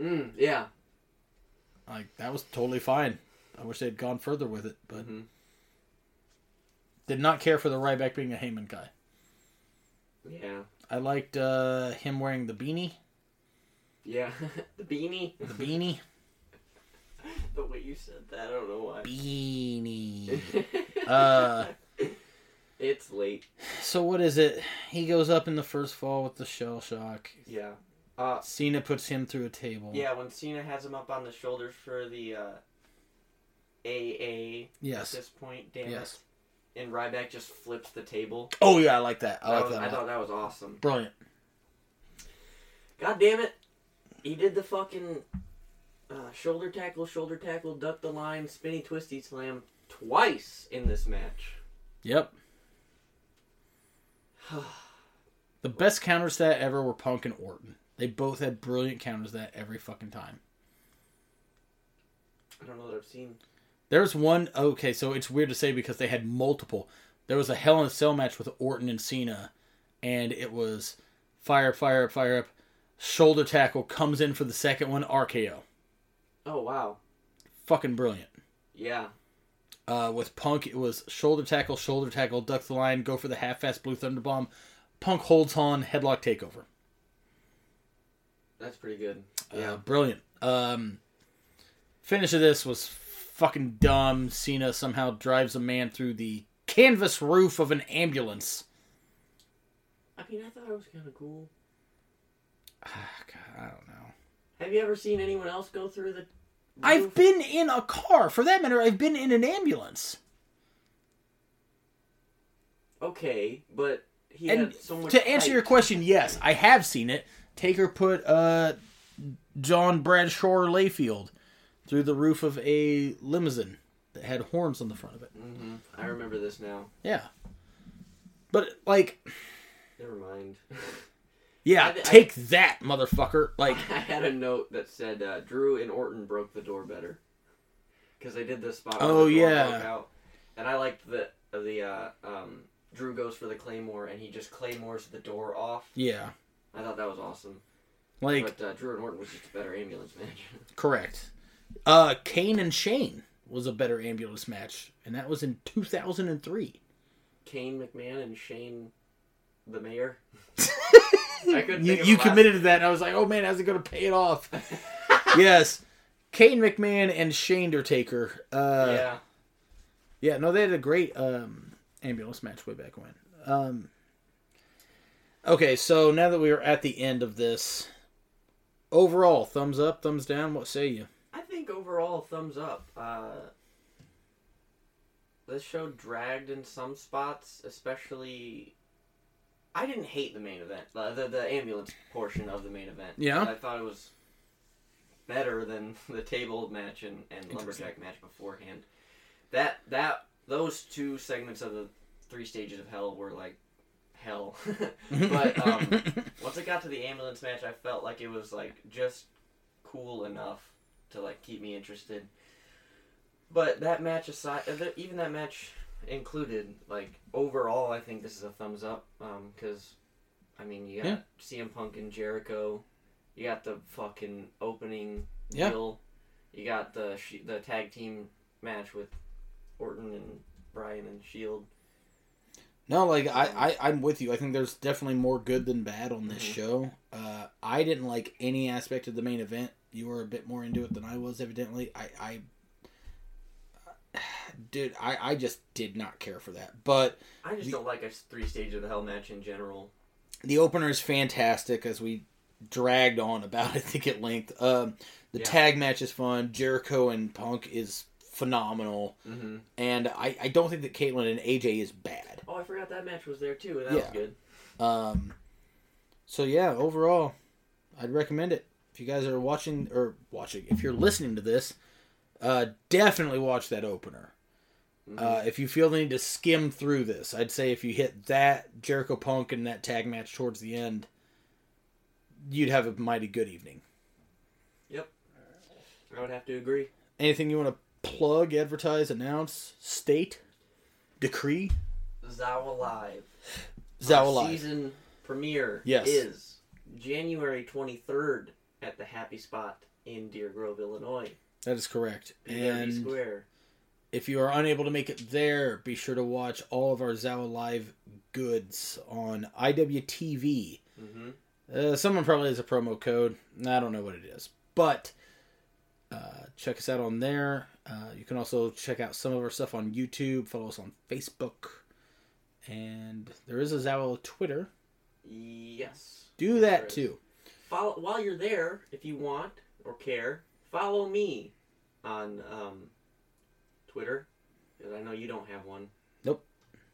Speaker 1: mm, yeah,
Speaker 2: Like that was totally fine. I wish they'd gone further with it, but
Speaker 1: Mhm.
Speaker 2: did not care for the Ryback being a Heyman guy.
Speaker 1: yeah,
Speaker 2: I liked uh, him wearing the beanie.
Speaker 1: yeah. the beanie.
Speaker 2: The beanie.
Speaker 1: the way you said that, I don't know why.
Speaker 2: beanie. Uh,
Speaker 1: it's late.
Speaker 2: So what is it? He goes up in the first fall with the shell shock.
Speaker 1: Yeah. Uh,
Speaker 2: Cena puts him through a table.
Speaker 1: yeah. When Cena has him up on the shoulders for the uh, AA at
Speaker 2: Yes.
Speaker 1: this point, damn
Speaker 2: Yes.
Speaker 1: it, and Ryback just flips the table.
Speaker 2: Oh yeah, I like that. I
Speaker 1: That
Speaker 2: like
Speaker 1: was-
Speaker 2: that.
Speaker 1: I
Speaker 2: a lot.
Speaker 1: thought that was awesome.
Speaker 2: Brilliant.
Speaker 1: God damn it. He did the fucking uh, shoulder tackle, shoulder tackle, duck the line, spinny twisty slam twice in this match.
Speaker 2: Yep. the best counters to that ever were Punk and Orton. They both had brilliant counters to that every fucking time.
Speaker 1: I don't know that I've seen.
Speaker 2: There's one. Okay, so it's weird to say because they had multiple. There was a Hell in a Cell match with Orton and Cena, and it was fire, up, fire up, fire up, shoulder tackle comes in for the second one, RKO.
Speaker 1: Oh, wow.
Speaker 2: Fucking brilliant.
Speaker 1: Yeah.
Speaker 2: Uh, with Punk, it was shoulder tackle, shoulder tackle, duck the line, go for the half-fast blue thunder bomb. Punk holds on, headlock takeover.
Speaker 1: That's pretty good.
Speaker 2: Yeah,
Speaker 1: Yeah.
Speaker 2: Uh, brilliant. Um, finish of this was fucking dumb. Cena somehow drives a man through the canvas roof of an ambulance.
Speaker 1: I mean, I thought it was kind of cool.
Speaker 2: Ah, God, I don't know.
Speaker 1: Have you ever seen anyone else go through the.
Speaker 2: I've
Speaker 1: roof?
Speaker 2: been in a car. For that matter, I've been in an ambulance.
Speaker 1: Okay, but he
Speaker 2: And
Speaker 1: had so much.
Speaker 2: to answer your
Speaker 1: hype.
Speaker 2: question, yes, I have seen it. Taker put uh, John Bradshaw Layfield through the roof of a limousine that had horns on the front of it.
Speaker 1: Mhm, I remember this now.
Speaker 2: Yeah. But, like,
Speaker 1: Never mind.
Speaker 2: yeah,
Speaker 1: I th- I-
Speaker 2: take that, motherfucker. Like,
Speaker 1: I had a note that said uh, Drew and Orton broke the door better because they did this spot. where
Speaker 2: Oh,
Speaker 1: the door
Speaker 2: yeah.
Speaker 1: broke out. and I liked the the uh, um, Drew goes for the claymore and he just claymores the door off.
Speaker 2: yeah.
Speaker 1: I thought that was awesome.
Speaker 2: Like,
Speaker 1: but uh, Drew and Orton was just a better ambulance match.
Speaker 2: correct. Uh, Kane and Shane was a better ambulance match, and that was in 2003.
Speaker 1: Kane McMahon and Shane, the mayor. I couldn't. think of
Speaker 2: You, you
Speaker 1: the last-
Speaker 2: committed to that, and I was like, oh man, how's it going to pay it off? yes. Kane McMahon and Shane Undertaker. Uh, yeah.
Speaker 1: yeah,
Speaker 2: no, they had a great um, ambulance match way back when. Um, okay, so now that we are at the end of this, overall, thumbs up, thumbs down, what say you?
Speaker 1: I think overall thumbs up. Uh, this show dragged in some spots, especially. I didn't hate the main event, uh, the the ambulance portion of the main event.
Speaker 2: Yeah.
Speaker 1: I thought it was better than the table match and, and lumberjack match beforehand. That that those two segments of the three stages of hell were like hell, but um, once it got to the ambulance match, I felt like it was like just cool enough to like keep me interested. But that match aside, uh, th- even that match included, like overall, I think this is a thumbs up because, um, I mean, you got
Speaker 2: Yeah.
Speaker 1: CM Punk and Jericho You got the fucking opening
Speaker 2: Yeah.
Speaker 1: deal. You got the sh- the tag team match with Orton and Bryan and Shield.
Speaker 2: No, like I, I, I'm with you. I think there's definitely more good than bad on this
Speaker 1: Mhm.
Speaker 2: show. Uh, I didn't like any aspect of the main event. You were a bit more into it than I was, evidently. I, I dude, I, I just did not care for that. But
Speaker 1: I just
Speaker 2: The-
Speaker 1: don't like a three stage of the hell match in general.
Speaker 2: the opener is fantastic, as we dragged on about. I think at length. Um, the
Speaker 1: Yeah.
Speaker 2: tag match is fun. Jericho and Punk is phenomenal,
Speaker 1: Mm-hmm.
Speaker 2: and I, I don't think that Caitlyn and AJ is bad.
Speaker 1: Oh, I forgot that match was there too. and That
Speaker 2: Yeah.
Speaker 1: was good.
Speaker 2: Um, so yeah, overall, I'd recommend it. If you guys are watching or watching, if you're listening to this, uh, definitely watch that opener.
Speaker 1: Mm-hmm. Mhm.
Speaker 2: Uh, if you feel the need to skim through this, I'd say if you hit that Jericho Punk and that tag match towards the end, you'd have a mighty good evening.
Speaker 1: I would have to agree.
Speaker 2: Anything you want to plug, advertise, announce, state, decree?
Speaker 1: Zaw Live.
Speaker 2: Zow
Speaker 1: Our
Speaker 2: alive.
Speaker 1: Season premiere
Speaker 2: Yes.
Speaker 1: is January 23rd at the Happy Spot in Deer Grove, Illinois.
Speaker 2: That is correct.
Speaker 1: BRB
Speaker 2: And
Speaker 1: Square.
Speaker 2: If you are unable to make it there, be sure to watch all of our Zawa Live goods on IWTV.
Speaker 1: hmm
Speaker 2: Uh, someone probably has a promo code. I don't know what it is. But uh, check us out on there. Uh, you can also check out some of our stuff on YouTube. Follow us on Facebook. And there is a Zawa Twitter.
Speaker 1: Yes.
Speaker 2: Do
Speaker 1: There
Speaker 2: that
Speaker 1: is.
Speaker 2: too.
Speaker 1: Follow while you're there, if you want or care, follow me on um, Twitter because I know you don't have one.
Speaker 2: Nope.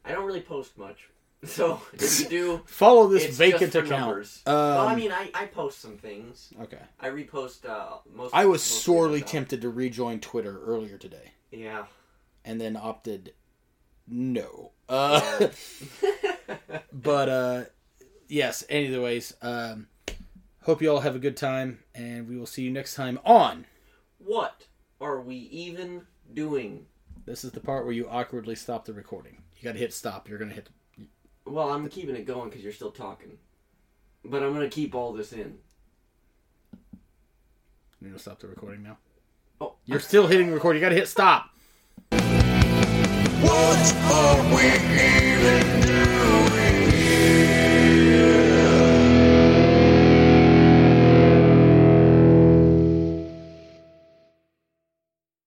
Speaker 1: I don't really post much, so if you do,
Speaker 2: Follow this
Speaker 1: it's
Speaker 2: vacant
Speaker 1: just for
Speaker 2: account.
Speaker 1: numbers.
Speaker 2: Um,
Speaker 1: well, I mean, I, I post some things.
Speaker 2: okay.
Speaker 1: I repost uh, most.
Speaker 2: I was
Speaker 1: most things
Speaker 2: sorely
Speaker 1: about-
Speaker 2: tempted to rejoin Twitter earlier today.
Speaker 1: Yeah.
Speaker 2: and then opted no. Uh, but uh, yes, either ways, um, hope you all have a good time, and we will see you next time on.
Speaker 1: what are we even doing?
Speaker 2: This is the part where you awkwardly stop the recording. You got to hit stop. You're gonna hit.
Speaker 1: Well, I'm keeping it going because you're still talking, but I'm gonna keep all this in.
Speaker 2: You're gonna stop the recording now.
Speaker 1: Oh.
Speaker 2: You're still hitting record. You got to hit stop.
Speaker 4: What are we even